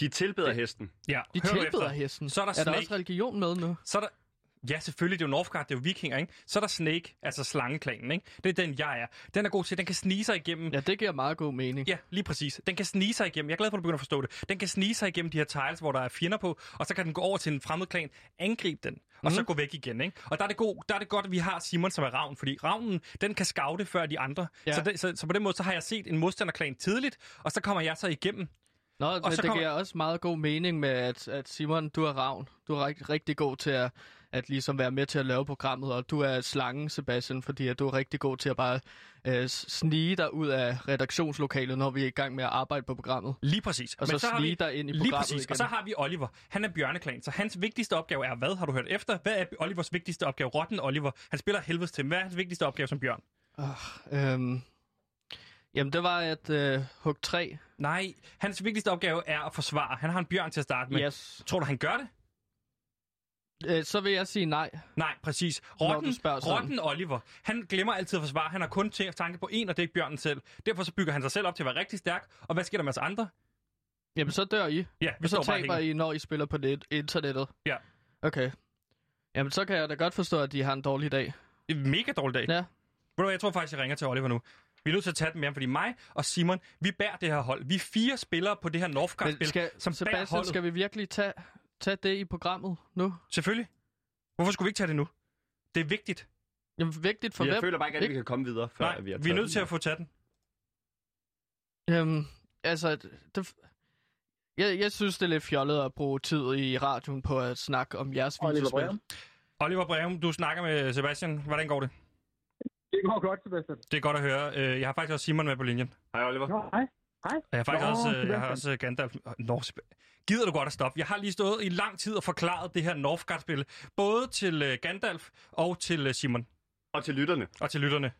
[SPEAKER 3] De tilbeder hesten.
[SPEAKER 2] Ja,
[SPEAKER 1] De
[SPEAKER 2] hør nu
[SPEAKER 1] tilbeder
[SPEAKER 2] efter.
[SPEAKER 1] hesten.
[SPEAKER 2] Så er der
[SPEAKER 1] er der
[SPEAKER 2] Snake.
[SPEAKER 1] også religion med nu?
[SPEAKER 2] Så er der... Ja, selvfølgelig, det er jo Northgard, det er jo vikinger, ikke? Så er der Snake, altså slangeklanen, ikke? Det er den, jeg er. Den er god til, den kan snige sig igennem...
[SPEAKER 1] Ja, det giver meget god mening.
[SPEAKER 2] Ja, lige præcis. Den kan snige sig igennem. Jeg er glad for, at du begynder at forstå det. Den kan snige sig igennem de her tiles, hvor der er fjender på, og så kan den gå over til en fremmed klan, angribe den, og mm.
[SPEAKER 1] Mhm.
[SPEAKER 2] så gå væk igen. Ikke? Og der er, det god, der er det godt, at vi har Simon, som er ravn, fordi ravnen, den kan scoute før de andre. Ja.
[SPEAKER 1] Ja.
[SPEAKER 2] Så, det, så, så, på den måde, så har jeg set en modstanderklan tidligt, og så kommer jeg så igennem.
[SPEAKER 1] Nå, og men
[SPEAKER 2] så
[SPEAKER 1] det
[SPEAKER 2] kommer-
[SPEAKER 1] giver også meget god mening med, at, at Simon, du er ravn. Du er rigtig, rigtig god til at, at ligesom være med til at lave programmet, og du er slangen, Sebastian, fordi at du er rigtig god til at bare øh, s- snige dig ud af redaktionslokalet, når vi er i gang med at arbejde på programmet.
[SPEAKER 2] Lige præcis.
[SPEAKER 1] Og så snige dig ind i
[SPEAKER 2] Lige
[SPEAKER 1] programmet
[SPEAKER 2] præcis.
[SPEAKER 1] igen.
[SPEAKER 2] Og så har vi Oliver. Han er bjørneklan, så hans vigtigste opgave er, hvad har du hørt efter? Hvad er Olivers vigtigste opgave? Rotten Oliver. Han spiller helvedes til. Hvad er hans vigtigste opgave som bjørn?
[SPEAKER 1] Øhm, jamen, det var at øh, hug 3.
[SPEAKER 2] Nej, hans vigtigste opgave er at forsvare. Han har en bjørn til at starte med.
[SPEAKER 1] Yes.
[SPEAKER 2] Tror du, han gør det?
[SPEAKER 1] Øh, så vil jeg sige nej.
[SPEAKER 2] Nej, præcis.
[SPEAKER 1] Når
[SPEAKER 2] Rotten,
[SPEAKER 1] du spørger sådan.
[SPEAKER 2] Rotten Oliver, han glemmer altid at forsvare. Han har kun tæ- tanke på en, og det er ikke bjørnen selv. Derfor så bygger han sig selv op til at være rigtig stærk. Og hvad sker der med os andre?
[SPEAKER 1] Jamen, så dør I.
[SPEAKER 2] Ja, vi
[SPEAKER 1] Og så
[SPEAKER 2] står bare
[SPEAKER 1] taber
[SPEAKER 2] hænger.
[SPEAKER 1] I, når I spiller på net- internettet.
[SPEAKER 2] Ja.
[SPEAKER 1] Okay. Jamen, så kan jeg da godt forstå, at de har en dårlig dag.
[SPEAKER 2] Det er en mega dårlig dag.
[SPEAKER 1] Ja.
[SPEAKER 2] Ved du hvad, jeg tror faktisk, jeg ringer til Oliver nu. Vi er nødt til at tage den med ham, fordi mig og Simon, vi bærer det her hold. Vi er fire spillere på det her Northgard-spil,
[SPEAKER 1] skal,
[SPEAKER 2] som bærer
[SPEAKER 1] Sebastian,
[SPEAKER 2] holdet.
[SPEAKER 1] skal vi virkelig tage, tage det i programmet nu?
[SPEAKER 2] Selvfølgelig. Hvorfor skulle vi ikke tage det nu? Det er vigtigt.
[SPEAKER 1] Jamen, vigtigt for
[SPEAKER 3] jeg
[SPEAKER 1] hvem?
[SPEAKER 3] føler bare ikke, at vi
[SPEAKER 1] Ikke?
[SPEAKER 3] kan komme videre, før
[SPEAKER 2] Nej,
[SPEAKER 3] vi har
[SPEAKER 2] vi er
[SPEAKER 3] taget
[SPEAKER 2] nødt til
[SPEAKER 3] den.
[SPEAKER 2] at få taget den.
[SPEAKER 1] Øhm, altså, det, jeg, jeg synes, det er lidt fjollet at bruge tid i radioen på at snakke om jeres videospil.
[SPEAKER 2] Oliver Breum, du snakker med Sebastian. Hvordan går det?
[SPEAKER 4] Det går godt, Sebastian.
[SPEAKER 2] Det er godt at høre. Øh, Jeg har faktisk også Simon med på linjen.
[SPEAKER 3] Hej, Oliver.
[SPEAKER 4] Nå, hej.
[SPEAKER 2] Og Jeg har faktisk
[SPEAKER 4] Nå,
[SPEAKER 2] også, øh, jeg har også
[SPEAKER 4] Sebastian.
[SPEAKER 2] øh, Gandalf... Åh, Nå, Seb- gider du godt at stoppe? Jeg har lige stået i lang tid og forklaret det her Northgard-spil, både til øh, Gandalf og til øh, Simon
[SPEAKER 3] Og til lytterne.
[SPEAKER 2] og til lytterne.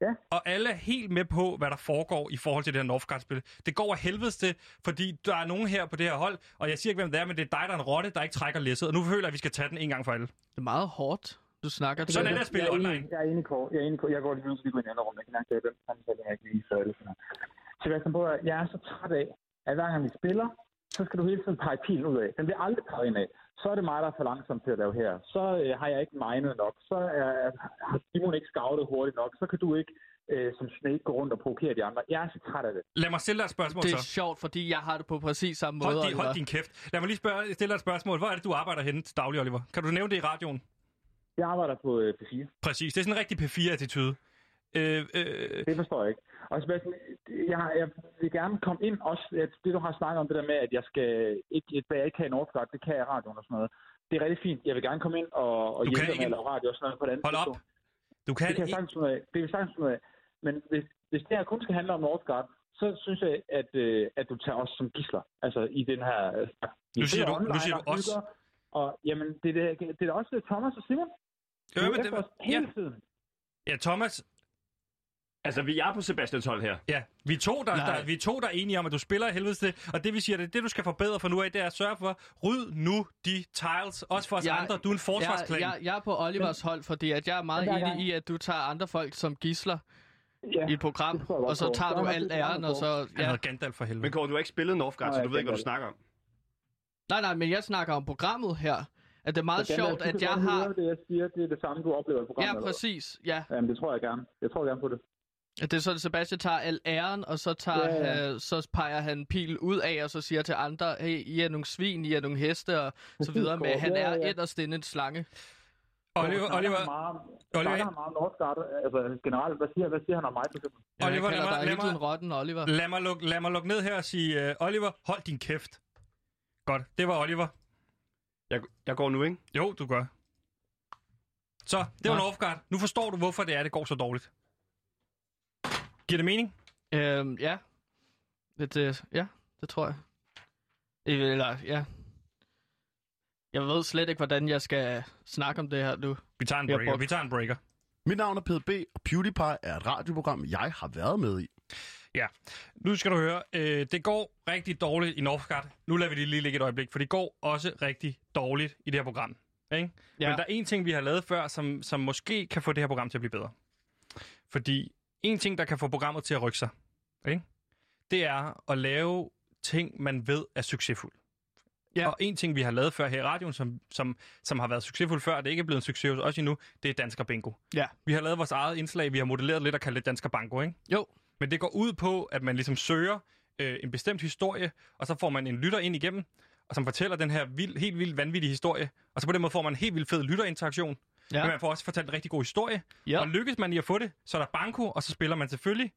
[SPEAKER 4] Ja.
[SPEAKER 2] Og alle er helt med på, hvad der foregår i forhold til det her Northgard-spil. Det går af helvedes til, fordi der er nogen her på det her hold, og jeg siger ikke, hvem det er, men det er dig, der er en rotte, der ikke trækker læsset, og nu føler jeg, at vi skal tage den en gang for alle.
[SPEAKER 1] Det er meget hårdt, du snakker til.
[SPEAKER 2] Sådan er det
[SPEAKER 1] det.
[SPEAKER 2] at spille
[SPEAKER 4] jeg
[SPEAKER 2] online.
[SPEAKER 4] Enig, jeg er enig, Kåre. Jeg er enig, Kåre. Jeg går lige nu, så vi går ind i andre rum. Jeg kan mærke, at den samtale, jeg ikke lige så alle sådan her. Sebastian, prøv at høre. jeg er så træt af, at hver gang vi spiller, så skal du hele tiden pege pilen ud af. Den bliver aldrig peget ind af. Så er det mig, der er for langsom til at lave her. Så øh, har jeg ikke minet nok. Så er, har Simon ikke scoutet hurtigt nok. Så kan du ikke øh, som snake gå rundt og provokere de andre. Jeg er så træt af det.
[SPEAKER 2] Lad mig stille dig et spørgsmål
[SPEAKER 1] Det er
[SPEAKER 2] så.
[SPEAKER 1] sjovt, fordi jeg har det på præcis samme måde.
[SPEAKER 2] altså. Hold, din,
[SPEAKER 1] Oliver.
[SPEAKER 2] hold din kæft. Lad mig lige spørge, stille dig et spørgsmål. Hvor er det, du arbejder henne til daglig, Oliver? Kan du nævne det i radioen?
[SPEAKER 4] Jeg arbejder på øh, P4.
[SPEAKER 2] Præcis. Det er sådan en rigtig P4-attitude. Øh, øh,
[SPEAKER 4] Det forstår jeg ikke. Og Sebastian, jeg, har- jeg vil gerne komme ind også, at det du har snakket om, det der med, at jeg skal ikke, at hvad jeg ikke kan i Northgard, det kan jeg i radioen og sådan noget. Det er rigtig fint. Jeg vil gerne komme ind og, og
[SPEAKER 2] Du kan
[SPEAKER 4] hjælpe dig med
[SPEAKER 2] ikke-
[SPEAKER 4] at lave radio og sådan noget på den anden
[SPEAKER 2] hold op.
[SPEAKER 4] tidspunkt.
[SPEAKER 2] Du kan,
[SPEAKER 4] Det kan jeg
[SPEAKER 2] ikke...
[SPEAKER 4] sagtens finde ud af. Det kan jeg sagtens finde ud af. Men hvis, hvis det her kun skal handle om Northgard, så synes jeg, at, øh, at du tager os som gisler. Altså i den her... øh, snak. Vi
[SPEAKER 2] Nu siger
[SPEAKER 4] sidder
[SPEAKER 2] du- nu
[SPEAKER 4] online
[SPEAKER 2] siger du
[SPEAKER 4] og
[SPEAKER 2] os.
[SPEAKER 4] hygger, Og jamen, det, er det, det er da også Thomas og Simon.
[SPEAKER 2] Jo,
[SPEAKER 4] De er
[SPEAKER 2] men
[SPEAKER 4] efter
[SPEAKER 2] det,
[SPEAKER 4] os
[SPEAKER 2] ja,
[SPEAKER 4] hele tiden.
[SPEAKER 2] ja, Thomas,
[SPEAKER 3] Altså, vi er på Sebastians hold her.
[SPEAKER 2] Ja, vi er to, der,
[SPEAKER 1] Nej.
[SPEAKER 2] der, vi er to, der er enige om, at du spiller af helvedes til, og det vi siger, det, er det du skal forbedre fra nu af, det er at sørge for, ryd nu de tiles, også for os
[SPEAKER 1] Jeg-
[SPEAKER 2] andre. Du er en forsvarsklan.
[SPEAKER 1] Jeg, jeg, jeg er på Olivers hold, fordi at jeg er meget
[SPEAKER 4] Men hver
[SPEAKER 1] enig
[SPEAKER 4] gang-
[SPEAKER 1] i, at du tager andre folk som gisler
[SPEAKER 4] Ja.
[SPEAKER 1] i et program,
[SPEAKER 4] tror jeg godt
[SPEAKER 1] og så
[SPEAKER 4] på.
[SPEAKER 1] tager
[SPEAKER 4] Der er
[SPEAKER 1] du
[SPEAKER 4] nok
[SPEAKER 1] alt
[SPEAKER 4] lidt meget
[SPEAKER 1] æren, og
[SPEAKER 4] på.
[SPEAKER 1] så...
[SPEAKER 2] Han
[SPEAKER 1] Ja.
[SPEAKER 2] hedder Gandalf for helvede.
[SPEAKER 3] Men Kåre, du har ikke spillet Northgard,
[SPEAKER 4] Nej,
[SPEAKER 3] så du
[SPEAKER 4] jeg
[SPEAKER 3] ved ikke, hvad
[SPEAKER 4] kender
[SPEAKER 3] du snakker om.
[SPEAKER 1] Nej, nej, men jeg snakker om programmet her. At det er meget
[SPEAKER 4] Gandalf,
[SPEAKER 1] sjovt,
[SPEAKER 4] du
[SPEAKER 5] (laughs)
[SPEAKER 4] kan
[SPEAKER 1] at jeg
[SPEAKER 4] godt
[SPEAKER 1] har...
[SPEAKER 4] Høre, det jeg siger, det er det samme, du oplever i programmet.
[SPEAKER 1] Ja,
[SPEAKER 4] eller hvad?
[SPEAKER 1] præcis. Ja,
[SPEAKER 4] Jamen, det tror jeg gerne. Jeg tror gerne på det.
[SPEAKER 1] At det er sådan, Sebastian tager al æren, og så, tager,
[SPEAKER 4] Ja,
[SPEAKER 1] ja,
[SPEAKER 4] ja.
[SPEAKER 1] Øh, så peger han en pil ud af, og så siger til andre,
[SPEAKER 4] (laughs)
[SPEAKER 1] hey, I er nogle svin, I er nogle heste, og så videre med,
[SPEAKER 4] Kåre.
[SPEAKER 1] han
[SPEAKER 4] Ja,
[SPEAKER 1] er
[SPEAKER 4] ja.
[SPEAKER 1] inderst inde en slange.
[SPEAKER 2] Oliver, Oliver,
[SPEAKER 5] Meget,
[SPEAKER 2] Oliver,
[SPEAKER 5] Oliver. Snakker meget om norsk art, altså generelt. Hvad siger, hvad siger han om mig? for eksempel?
[SPEAKER 2] Oliver,
[SPEAKER 1] jeg
[SPEAKER 2] lad
[SPEAKER 1] kalder
[SPEAKER 2] mig,
[SPEAKER 1] dig
[SPEAKER 2] lad
[SPEAKER 1] altid en
[SPEAKER 2] mig,
[SPEAKER 1] rotten, Oliver.
[SPEAKER 2] lad mig, lukke, lad mig lukke ned her og sige, øh, Oliver, hold din kæft. Godt, det var Oliver.
[SPEAKER 3] Jeg, jeg går nu, ikke?
[SPEAKER 2] Jo, du gør. Så, det var
[SPEAKER 1] Nå.
[SPEAKER 2] en offguard. Nu forstår du, hvorfor det er, det går så dårligt. Giver det mening?
[SPEAKER 1] Øhm, ja. Lidt, øh, ja, det tror jeg. Øh, Eller, ja. Jeg ved slet ikke, hvordan jeg skal snakke om det her nu.
[SPEAKER 2] Vi tager en
[SPEAKER 1] Jeg
[SPEAKER 2] breaker.
[SPEAKER 1] brugte-
[SPEAKER 2] Vi tager en breaker.
[SPEAKER 6] Mit navn er PDB, og PewDiePie er et radioprogram, jeg har været med i.
[SPEAKER 2] Ja. Nu skal du høre, øh, det går rigtig dårligt i Northgard. Nu lader vi det lige ligge et øjeblik, for det går også rigtig dårligt i det her program. Ikke? Ja.
[SPEAKER 1] Ja.
[SPEAKER 2] Men der er en ting, vi har lavet før, som, som måske kan få det her program til at blive bedre. Fordi en ting, der kan få programmet til at rykke sig, ikke? det er at lave ting, man ved er succesfuld. Ja.
[SPEAKER 1] Ja.
[SPEAKER 2] Og en ting, vi har lavet før her i radioen, som, som, som har været succesfuld før, og det ikke er blevet en succes hos os endnu, det er Dansker Bingo.
[SPEAKER 1] Ja.
[SPEAKER 2] Vi har lavet vores eget indslag, vi har modelleret lidt og kaldt det Dansker Banko, ikke?
[SPEAKER 1] Jo.
[SPEAKER 2] Men det går ud på, at man ligesom søger øh, en bestemt historie, og så får man en lytter ind igennem, og som fortæller den her vild, helt vildt vanvittige historie. Og så på den måde får man en helt vildt fed lytterinteraktion. Ja.
[SPEAKER 1] Ja.
[SPEAKER 2] Men man får også fortalt en rigtig god historie.
[SPEAKER 1] Ja.
[SPEAKER 2] Og lykkes man i at få det, så er der banko, og så spiller man selvfølgelig...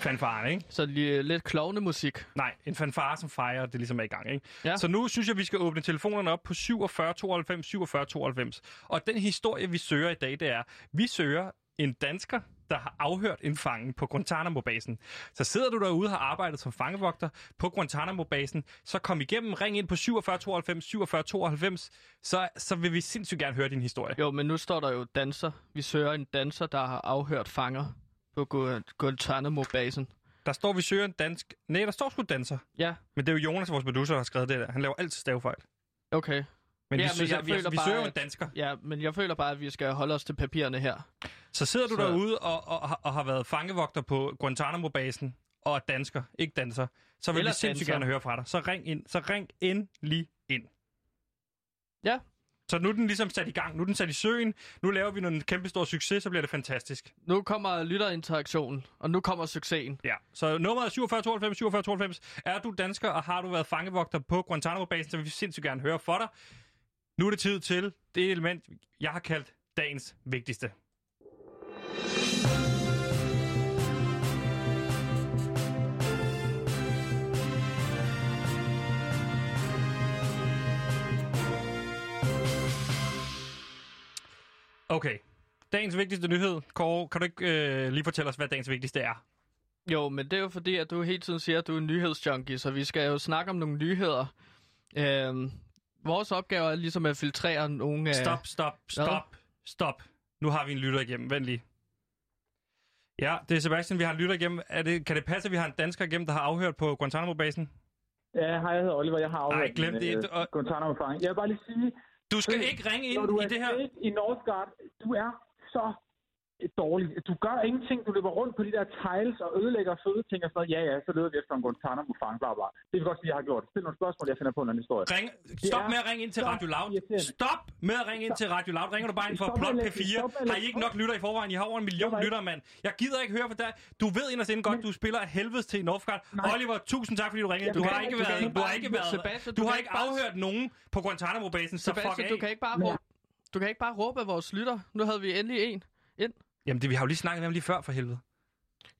[SPEAKER 2] Fanfaren, ikke?
[SPEAKER 1] Så lige, øh, lidt klovne musik.
[SPEAKER 2] Nej, en fanfare, som fejrer, at det ligesom er i gang, ikke? Ja.
[SPEAKER 1] Ja.
[SPEAKER 2] Så nu synes jeg, vi skal åbne telefonerne op på 47 92 47 92. Og den historie, vi søger i dag, det er, vi søger en dansker, der har afhørt en fange på Guantanamo-basen. Så sidder du derude og har arbejdet som fangevogter på Guantanamo-basen, så kom igennem, ring ind på 47 92 47 92, så, så vil vi sindssygt gerne høre din historie.
[SPEAKER 1] Jo, men nu står der jo danser. Vi søger en danser, der har afhørt fanger på Gu- Guantanamo-basen.
[SPEAKER 2] Der står, vi søger en dansk... Nej, der står sgu danser.
[SPEAKER 1] Ja,
[SPEAKER 2] Men det er jo Jonas, vores producer, der har skrevet det der. Han laver altid stavefejl.
[SPEAKER 1] okay.
[SPEAKER 2] Men,
[SPEAKER 1] Ja,
[SPEAKER 2] vi,
[SPEAKER 1] men
[SPEAKER 2] søger,
[SPEAKER 1] jeg
[SPEAKER 2] vi,
[SPEAKER 1] føler
[SPEAKER 2] vi
[SPEAKER 1] bare,
[SPEAKER 2] søger jo en
[SPEAKER 1] at-
[SPEAKER 2] dansker.
[SPEAKER 1] Ja, men jeg føler bare, at vi skal holde os til papirerne her.
[SPEAKER 2] Så sidder du så...
[SPEAKER 1] Så-
[SPEAKER 2] derude og, og, og, og har været fangevogter på Guantanamo-basen, og er dansker, ikke danser, så vil
[SPEAKER 1] Eller
[SPEAKER 2] vi sindssygt
[SPEAKER 1] danser.
[SPEAKER 2] gerne høre fra dig. Så ring ind. Så ring endelig ind.
[SPEAKER 1] Ja.
[SPEAKER 2] Så nu er den ligesom sat i gang. Nu er den sat i søen. Nu laver vi en kæmpe stor succes, så bliver det fantastisk.
[SPEAKER 1] Nu kommer lytterinteraktionen, og nu kommer succesen.
[SPEAKER 2] Ja. Så nummeret er 47 92 47 92. Er du dansker, og har du været fangevogter på Guantanamo-basen, så vil vi sindssygt gerne høre fra dig. Nu er det tid til det element, jeg har kaldt dagens vigtigste. Okay. Dagens vigtigste nyhed. Kåre, kan du ikke øh, lige fortælle os, hvad dagens vigtigste er?
[SPEAKER 1] Jo, men det er jo fordi, at du hele tiden siger, at du er en nyhedsjunkie, så vi skal jo snakke om nogle nyheder. Øhm, vores opgave er ligesom at filtrere nogle øh, af...
[SPEAKER 2] Stop, stop, stop, stop. Nu har vi en lytter igennem. Vent lige. Ja, det er Sebastian, vi har en lytter igennem. Er det, kan det passe, at vi har en dansker igennem, der har afhørt på Guantanamo-basen?
[SPEAKER 5] Ja, hej, jeg hedder Oliver. Jeg har afhørt
[SPEAKER 2] glem det ikke,
[SPEAKER 5] øh,
[SPEAKER 2] og-
[SPEAKER 5] Guantanamo-fang. Jeg vil bare lige sige,
[SPEAKER 2] Du skal
[SPEAKER 5] Hey,
[SPEAKER 2] ikke ringe
[SPEAKER 5] når du
[SPEAKER 2] ind
[SPEAKER 5] er
[SPEAKER 2] i det her.
[SPEAKER 5] sted i Northgard, du er så dårlig. Du gør ingenting. Du løber rundt på de der tiles og ødelægger føde ting og sådan noget. Ja, ja, så leder vi efter en Guantanamo-fang, bla, bla. Det vil godt sige, jeg har gjort. Stil nogle spørgsmål, jeg finder på en anden historie.
[SPEAKER 2] Ring, stop
[SPEAKER 5] er
[SPEAKER 2] med at ringe ind til
[SPEAKER 5] så
[SPEAKER 2] Radio Loud.
[SPEAKER 5] irriterende.
[SPEAKER 2] Stop med at ringe ind til Radio Loud. Ringer du bare ind for
[SPEAKER 5] Stop med
[SPEAKER 2] plot
[SPEAKER 5] at lægge- stop med at
[SPEAKER 2] P4? Har I
[SPEAKER 5] lægge
[SPEAKER 2] ikke
[SPEAKER 5] på.
[SPEAKER 2] nok lytter i forvejen? I har over en million
[SPEAKER 5] var ikke-
[SPEAKER 2] lytter, mand. Jeg gider ikke høre på dig. Du ved inderst inden godt, du spiller af helvedes til i Northgard.
[SPEAKER 5] Nej.
[SPEAKER 2] Oliver, tusind tak, fordi du ringede.
[SPEAKER 5] Jeg
[SPEAKER 2] Du
[SPEAKER 5] kan
[SPEAKER 2] har
[SPEAKER 5] ikke- du
[SPEAKER 2] ikke
[SPEAKER 5] kan
[SPEAKER 2] været,
[SPEAKER 5] ikke
[SPEAKER 2] du har
[SPEAKER 1] bare-
[SPEAKER 2] ikke været,
[SPEAKER 1] Sebastian,
[SPEAKER 2] du
[SPEAKER 1] du
[SPEAKER 2] har
[SPEAKER 1] kan
[SPEAKER 2] ikke
[SPEAKER 1] ikke bare-
[SPEAKER 2] afhørt nogen på Guantanamo-basen, så fuck
[SPEAKER 1] Sebastian, du kan
[SPEAKER 2] af.
[SPEAKER 1] ikke bare råbe, du kan ikke bare råbe af vores lytter. Nu havde vi endelig en.
[SPEAKER 2] Jamen, det, vi har jo lige snakket med ham lige før, for helvede.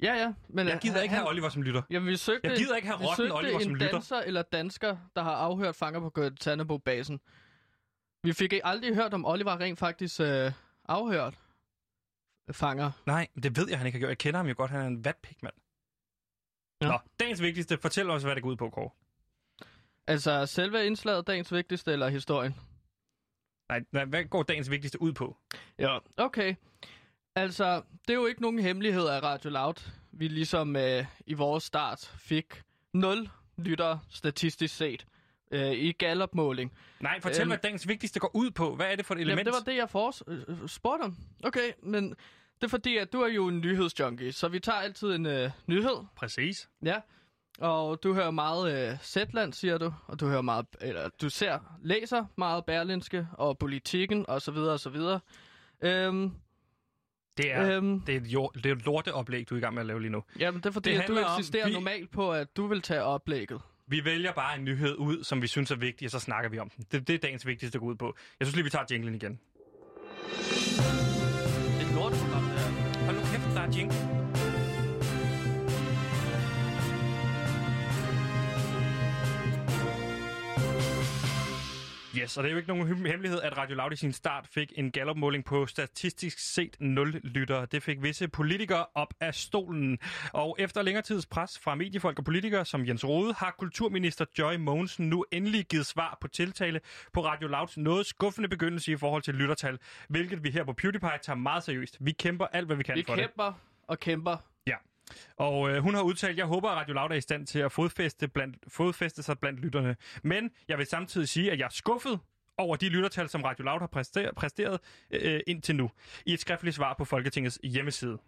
[SPEAKER 1] Ja, ja. Men
[SPEAKER 2] Jeg gider ikke have Oliver som lytter.
[SPEAKER 1] Jamen, vi søgte,
[SPEAKER 2] Jeg gider ikke have
[SPEAKER 1] vi
[SPEAKER 2] rotten
[SPEAKER 1] søgte
[SPEAKER 2] Oliver
[SPEAKER 1] en
[SPEAKER 2] som lytter.
[SPEAKER 1] danser eller dansker, der har afhørt fanger på Guantanamo-basen. Vi fik ikke- aldrig hørt, om Oliver rent faktisk øh, afhørt fanger.
[SPEAKER 2] Nej, men det ved jeg, han ikke har gjort. Jeg kender ham jo godt. Han er en vatpik, mand. Ja.
[SPEAKER 1] Ja.
[SPEAKER 2] Nå, dagens vigtigste. Fortæl os, hvad det går ud på, Kåre.
[SPEAKER 1] Altså, selve indslaget dagens vigtigste, eller historien?
[SPEAKER 2] Nej, nej, hvad går dagens vigtigste ud på?
[SPEAKER 1] Ja. Okay. Altså, det er jo ikke nogen hemmelighed af Radio Loud. Vi ligesom øh, i vores start fik 0 lyttere statistisk set øh, i Gallup-måling.
[SPEAKER 2] Nej, fortæl,
[SPEAKER 1] Øhm.
[SPEAKER 2] øhm, hvad dagens vigtigste går ud på. Hvad er det for et element?
[SPEAKER 1] Jamen, det var det, jeg for, øh, spurgte om. Okay, men det er fordi, at du er jo en nyhedsjunkie, så vi tager altid en øh, nyhed.
[SPEAKER 2] Præcis.
[SPEAKER 1] Ja. Og du hører meget øh, Zetland, siger du, og du hører meget, eller du ser, læser meget Berlinske og politikken og så videre og så videre. Øhm,
[SPEAKER 2] Det er,
[SPEAKER 1] ja.
[SPEAKER 2] øhm,
[SPEAKER 1] øhm,
[SPEAKER 2] det er, et, jord, det er et lorteoplæg, du er i gang med at lave lige nu.
[SPEAKER 1] jamen, det er fordi,
[SPEAKER 2] det
[SPEAKER 1] det at du
[SPEAKER 2] handler om,
[SPEAKER 1] insisterer
[SPEAKER 2] vi-
[SPEAKER 1] vi... normalt på, at du vil tage oplægget.
[SPEAKER 2] Vi vælger bare en nyhed ud, som vi synes er vigtig, og så snakker vi om den. Det, det er dagens vigtigste at gå ud på. Jeg synes lige, vi tager jinglen igen.
[SPEAKER 1] Det er et lortprogram, det her.
[SPEAKER 2] Hold nu kæft, der er jingle. Yes, og det er jo ikke nogen hem- hemmelighed, at Radio Loud i sin start fik en gallopmåling på statistisk set 0 lyttere. Det fik visse politikere op af stolen. Og efter længere tids pres fra mediefolk og politikere som Jens Rode, har kulturminister Joy Mogensen nu endelig givet svar på tiltale på Radio Louds noget skuffende begyndelse i forhold til lyttertal, hvilket vi her på PewDiePie tager meget seriøst. Vi kæmper alt, hvad vi kan
[SPEAKER 1] Vi
[SPEAKER 2] for det.
[SPEAKER 1] kæmper og kæmper.
[SPEAKER 2] Ja. Og øh, hun har udtalt, jeg håber, at Radio Loud er i stand til at fodfæste, blandt, fodfæste sig blandt lytterne. Men jeg vil samtidig sige, at jeg er skuffet over de lyttertal, som Radio Loud har præsteret, præsteret øh, indtil nu, i et skriftligt svar på Folketingets hjemmeside.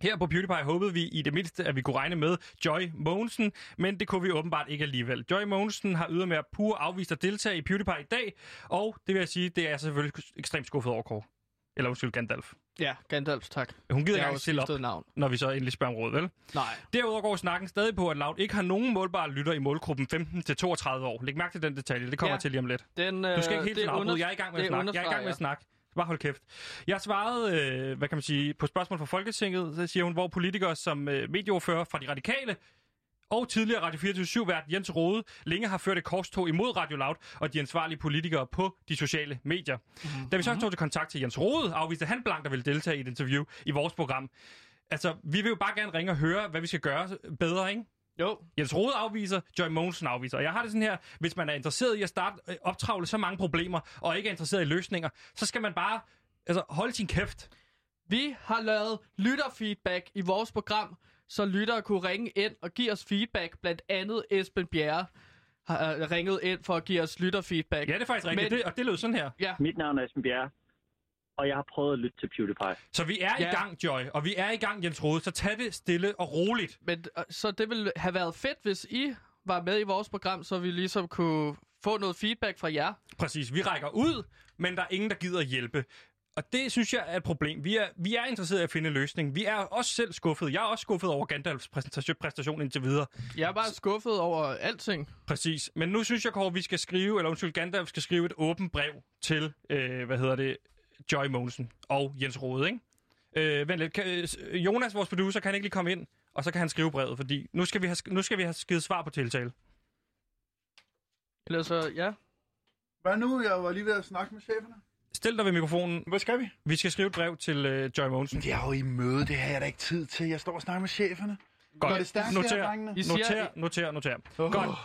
[SPEAKER 2] Her på PewDiePie håbede vi i det mindste, at vi kunne regne med Joy Mogensen, men det kunne vi åbenbart ikke alligevel. Joy Mogensen har ydermere pur afvist at deltage i PewDiePie i dag, og det vil jeg sige, det er jeg selvfølgelig ekstremt skuffet over, Kåre. Eller undskyld, Gandalf.
[SPEAKER 1] Ja, Gandalf, tak.
[SPEAKER 2] Hun gider
[SPEAKER 1] Jeg
[SPEAKER 2] ikke
[SPEAKER 1] har
[SPEAKER 2] engang
[SPEAKER 1] jo
[SPEAKER 2] stille op,
[SPEAKER 1] skiftet navn.
[SPEAKER 2] når vi så endelig spørger om råd, vel?
[SPEAKER 1] Nej.
[SPEAKER 2] Derudover går snakken stadig på, at Loud ikke har nogen målbare lytter i målgruppen 15-32 år. Læg mærke til den detalje, det kommer ja.
[SPEAKER 1] Ja.
[SPEAKER 2] til lige om lidt.
[SPEAKER 1] Den, øh,
[SPEAKER 2] Du skal ikke hele
[SPEAKER 1] det
[SPEAKER 2] tiden afbryde,
[SPEAKER 1] under-
[SPEAKER 2] jeg er i gang med at
[SPEAKER 1] det
[SPEAKER 2] snakke. Jeg er i gang med
[SPEAKER 1] understreger.
[SPEAKER 2] at snakke. Bare hold kæft. Jeg svarede, øh, hvad kan man sige, på spørgsmål fra Folketinget, så siger hun, hvor politikere som øh, medieordfører fra De Radikale og tidligere Radio 24-7-vært Jens Rode længe har ført et korstog imod Radio Loud og de ansvarlige politikere på de sociale medier.
[SPEAKER 1] Mhm.
[SPEAKER 2] Mm-hmm. Da vi så tog til kontakt til Jens Rode, afviste han blankt at ville deltage i et interview i vores program. Altså, vi vil jo bare gerne ringe og høre, hvad vi skal gøre bedre, ikke?
[SPEAKER 1] Jo,
[SPEAKER 2] Jens Rode afviser, Joy Mogensen afviser. Og jeg har det sådan her, hvis man er interesseret i at starte øh, optravle så mange problemer, og ikke er interesseret i løsninger, så skal man bare altså, holde sin kæft.
[SPEAKER 1] Vi har lavet lytterfeedback i vores program, så lyttere kunne ringe ind og give os feedback. Blandt andet Esben Bjerre har øh, ringet ind for at give os lytterfeedback.
[SPEAKER 2] Ja, det er faktisk rigtigt,
[SPEAKER 1] Men-
[SPEAKER 2] det, og det lød sådan her.
[SPEAKER 7] Mit navn er Esben Bjerre, og jeg har prøvet at lytte til PewDiePie.
[SPEAKER 2] Så vi er ja.
[SPEAKER 1] Ja.
[SPEAKER 2] i gang, Joy, og vi er i gang, Jens Rode, så tag det stille og roligt.
[SPEAKER 1] Men, øh, så det ville have været fedt, hvis I var med i vores program, så vi ligesom kunne få noget feedback fra jer.
[SPEAKER 2] Præcis, vi rækker ud, men der er ingen, der gider at hjælpe. Og det synes jeg er et problem. Vi er, vi er interesserede i at finde en løsning. Vi er også selv skuffet. Jeg er også skuffet over Gandalfs præsentation, præstation indtil videre.
[SPEAKER 1] Jeg er bare skuffet over alting.
[SPEAKER 2] Præcis. Men nu synes jeg, Kåre, vi skal skrive, eller undskyld, Gandalf skal skrive et åbent brev til, øh, hvad hedder det, Joy Mogensen og Jens Rode, ikke? Øh, vent lidt. Kan, øh, s- Jonas, vores producer, kan han ikke lige komme ind, og så kan han skrive brevet, fordi nu skal vi have, sk- nu skal vi have skidt svar på tiltale.
[SPEAKER 1] Eller så, ja.
[SPEAKER 8] Hvad nu? Jeg var lige ved at snakke med cheferne.
[SPEAKER 2] Stil dig ved mikrofonen.
[SPEAKER 8] Hvad skal vi?
[SPEAKER 2] Vi skal skrive et brev til øh, Joy Mogensen.
[SPEAKER 8] Jeg er jo i møde, det har jeg da ikke tid til. Jeg står og snakker med cheferne. Går det stærkt, her,
[SPEAKER 2] Noter,
[SPEAKER 8] drengene?
[SPEAKER 1] I siger,
[SPEAKER 2] noter, noter, noter.
[SPEAKER 1] Åh.
[SPEAKER 2] Godt.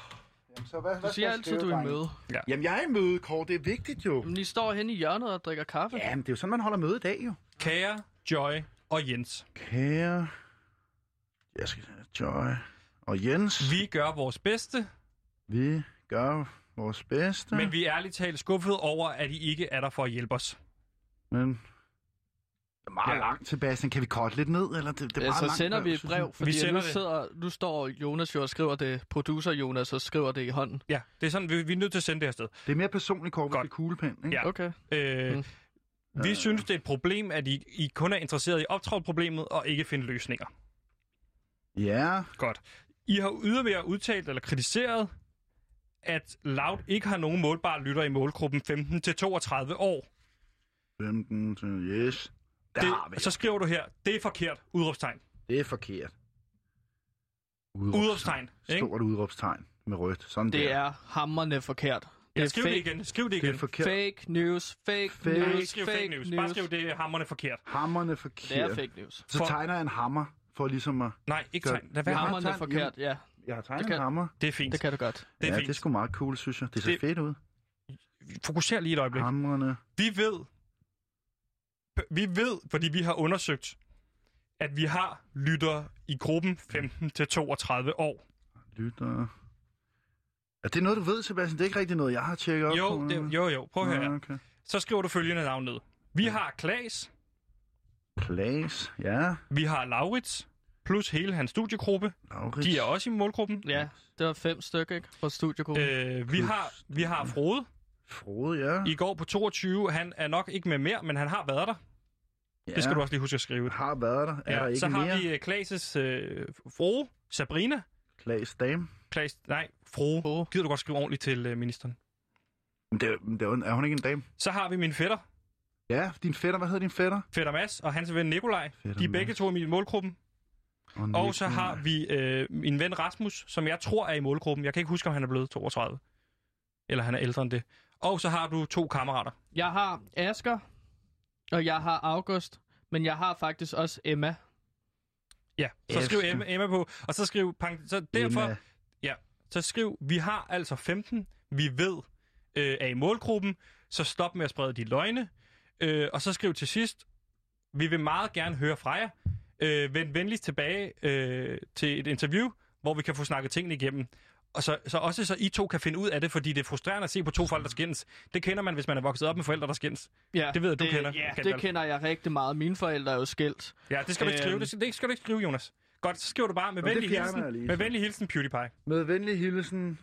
[SPEAKER 8] Jamen, så hvad,
[SPEAKER 1] du
[SPEAKER 8] hvad skal
[SPEAKER 1] siger
[SPEAKER 8] jeg
[SPEAKER 1] altid,
[SPEAKER 8] skrive,
[SPEAKER 1] du er i
[SPEAKER 8] drenge?
[SPEAKER 1] møde.
[SPEAKER 8] Jamen, jeg er i møde, Kåre. Det er vigtigt jo.
[SPEAKER 1] Men I står henne i hjørnet og drikker kaffe.
[SPEAKER 8] Jamen, det er jo sådan, man holder møde i dag jo.
[SPEAKER 2] Kære Joy og Jens,
[SPEAKER 8] Kære... Jeg skal Joy og Jens.
[SPEAKER 2] vi gør vores bedste,
[SPEAKER 8] Vi gør vores bedste.
[SPEAKER 2] men vi er ærligt talt skuffet over, at I ikke er der for at hjælpe os.
[SPEAKER 8] men... Det er meget
[SPEAKER 2] Ja.
[SPEAKER 8] ja. langt, Sebastian. Kan vi korte lidt ned? Eller det, det er
[SPEAKER 1] Ja,
[SPEAKER 8] meget
[SPEAKER 1] Øh, så
[SPEAKER 8] langt
[SPEAKER 1] sender vi et
[SPEAKER 8] synes jeg.
[SPEAKER 1] brev, fordi
[SPEAKER 2] sender
[SPEAKER 1] nu,
[SPEAKER 2] det.
[SPEAKER 1] sidder, nu står Jonas jo og skriver det, producer Jonas, og skriver det i hånden.
[SPEAKER 2] Ja, det er sådan, vi, vi er nødt til at sende det her sted.
[SPEAKER 8] Det er mere personligt, Kåre, hvis
[SPEAKER 2] Godt.
[SPEAKER 8] det er kuglepind, ikke?
[SPEAKER 2] Ja.
[SPEAKER 1] Okay.
[SPEAKER 2] Øh,
[SPEAKER 1] Mm.
[SPEAKER 2] Vi synes, det er et problem, at I, I kun er interesseret i optravlproblemet og ikke finde løsninger.
[SPEAKER 8] Ja.
[SPEAKER 2] Godt. I har ydermere udtalt eller kritiseret, at Loud ikke har nogen målbare lytter i målgruppen 15-32 år.
[SPEAKER 8] 15 til... Yes. Der har vi.
[SPEAKER 2] Det, så skriver du her, det er forkert, udråbstegn.
[SPEAKER 8] Det er forkert.
[SPEAKER 2] Udråbstegn, ikke?
[SPEAKER 8] Stort udråbstegn med rødt. Sådan
[SPEAKER 1] Det
[SPEAKER 8] der.
[SPEAKER 1] er hammerne forkert. Det
[SPEAKER 2] Ja,
[SPEAKER 1] er
[SPEAKER 2] skriv det
[SPEAKER 1] fake,
[SPEAKER 2] igen, skriv det
[SPEAKER 8] det
[SPEAKER 2] igen.
[SPEAKER 8] er forkert.
[SPEAKER 1] fake news, fake,
[SPEAKER 8] Fake-
[SPEAKER 1] news,
[SPEAKER 2] Nej, skriv fake news. Bare skriv, det er hammerne forkert.
[SPEAKER 8] Hammerne
[SPEAKER 1] Det
[SPEAKER 8] forkert.
[SPEAKER 1] er fake news.
[SPEAKER 8] Så
[SPEAKER 2] For-
[SPEAKER 8] tegner jeg en hammer for ligesom at...
[SPEAKER 2] Nej, ikke
[SPEAKER 8] Gør-
[SPEAKER 2] tegn. Lad være.
[SPEAKER 8] Ja.
[SPEAKER 1] Hammerne er
[SPEAKER 8] tegn-
[SPEAKER 1] forkert, ja.
[SPEAKER 8] Jeg har tegnet
[SPEAKER 1] Det kan-
[SPEAKER 8] en hammer.
[SPEAKER 2] Det er fint.
[SPEAKER 1] Det kan du godt.
[SPEAKER 2] Det er
[SPEAKER 8] ja, det er
[SPEAKER 2] fint.
[SPEAKER 8] sgu meget cool, synes jeg. Det ser
[SPEAKER 2] Det-
[SPEAKER 8] det... fedt ud.
[SPEAKER 2] Fokuser lige et øjeblik.
[SPEAKER 8] Hammerne.
[SPEAKER 2] Vi ved, vi ved, fordi vi har undersøgt, at vi har lyttere i gruppen 15-32 år.
[SPEAKER 8] Lytter. Er det noget, du ved, Sebastian? Det er ikke rigtig noget, jeg har tjekket op på. øh.
[SPEAKER 2] Jo, det, jo, jo, prøv at høre
[SPEAKER 8] Nå,
[SPEAKER 2] her.
[SPEAKER 8] okay.
[SPEAKER 2] Så skriver du følgende navn ned. Vi har Klaas,
[SPEAKER 8] Klaas. Ja.
[SPEAKER 2] vi har Laurits, plus hele hans studiegruppe.
[SPEAKER 8] Laurits.
[SPEAKER 2] De er også i målgruppen.
[SPEAKER 1] Ja, det var fem stykker, ikke? Fra studiegruppen.
[SPEAKER 2] Øh, vi, har, vi har Frode
[SPEAKER 8] Frode, ja.
[SPEAKER 2] i går på 22. Han er nok ikke med mere, men han har været der.
[SPEAKER 8] ja.
[SPEAKER 2] Det skal du også lige huske at skrive.
[SPEAKER 8] Har været der. Er ja, der ikke
[SPEAKER 2] så har
[SPEAKER 8] mere?
[SPEAKER 2] vi øh, Klaas' øh, frue, Sabrina,
[SPEAKER 8] Klaas Dame.
[SPEAKER 2] Klaas, nej, Froge.
[SPEAKER 1] Froge.
[SPEAKER 2] Gider du godt skrive ordentligt til øh, ministeren?
[SPEAKER 8] Men det, er- men det er, jo en- er hun ikke en dame?
[SPEAKER 2] Så har vi min fætter,
[SPEAKER 8] Ja, din fætter. Hvad hedder din fætter?
[SPEAKER 2] fætter Mads, og hans ven Nikolaj.
[SPEAKER 8] Fætter
[SPEAKER 2] De er begge
[SPEAKER 8] Mads.
[SPEAKER 2] to i min målgruppen.
[SPEAKER 8] Oh,
[SPEAKER 2] Og så har vi øh, min ven Rasmus, som jeg tror er i målgruppen. Jeg kan ikke huske, om han er blevet 32. Eller han er ældre end det. Og så har du to kammerater.
[SPEAKER 1] Jeg har Asker, og jeg har August, men jeg har faktisk også Emma.
[SPEAKER 2] Ja, så
[SPEAKER 8] Yes.
[SPEAKER 2] skriv Emma, Emma på. Og så skriv... pang- Så derfor, så skriv, vi har altså 15, vi ved, øh, er i målgruppen, så stop med at sprede de løgne. Øh, og så skriv til sidst, vi vil meget gerne høre fra jer. Øh, vend venligst tilbage øh, til et interview, hvor vi kan få snakket tingene igennem. Og så, så også så I to kan finde ud af det, fordi det er frustrerende at se på to folk, der skændes. Det kender man, hvis man er vokset op med forældre, der skændes.
[SPEAKER 1] Ja,
[SPEAKER 2] Det ved jeg, du
[SPEAKER 1] det,
[SPEAKER 2] kender.
[SPEAKER 1] Ja,
[SPEAKER 2] Kender
[SPEAKER 1] det
[SPEAKER 2] vel.
[SPEAKER 1] kender jeg rigtig meget. Mine forældre er jo skilt.
[SPEAKER 2] Ja, det skal du ikke skrive.
[SPEAKER 1] Øhm.
[SPEAKER 2] Det skal, det skal du ikke skrive, Jonas. Godt, så skriver du bare med
[SPEAKER 8] Nå, det
[SPEAKER 2] venlig
[SPEAKER 8] fjerner
[SPEAKER 2] hilsen,
[SPEAKER 8] jeg lige,
[SPEAKER 2] med
[SPEAKER 8] så.
[SPEAKER 2] venlig hilsen PewDiePie.
[SPEAKER 8] Med venlig hilsen.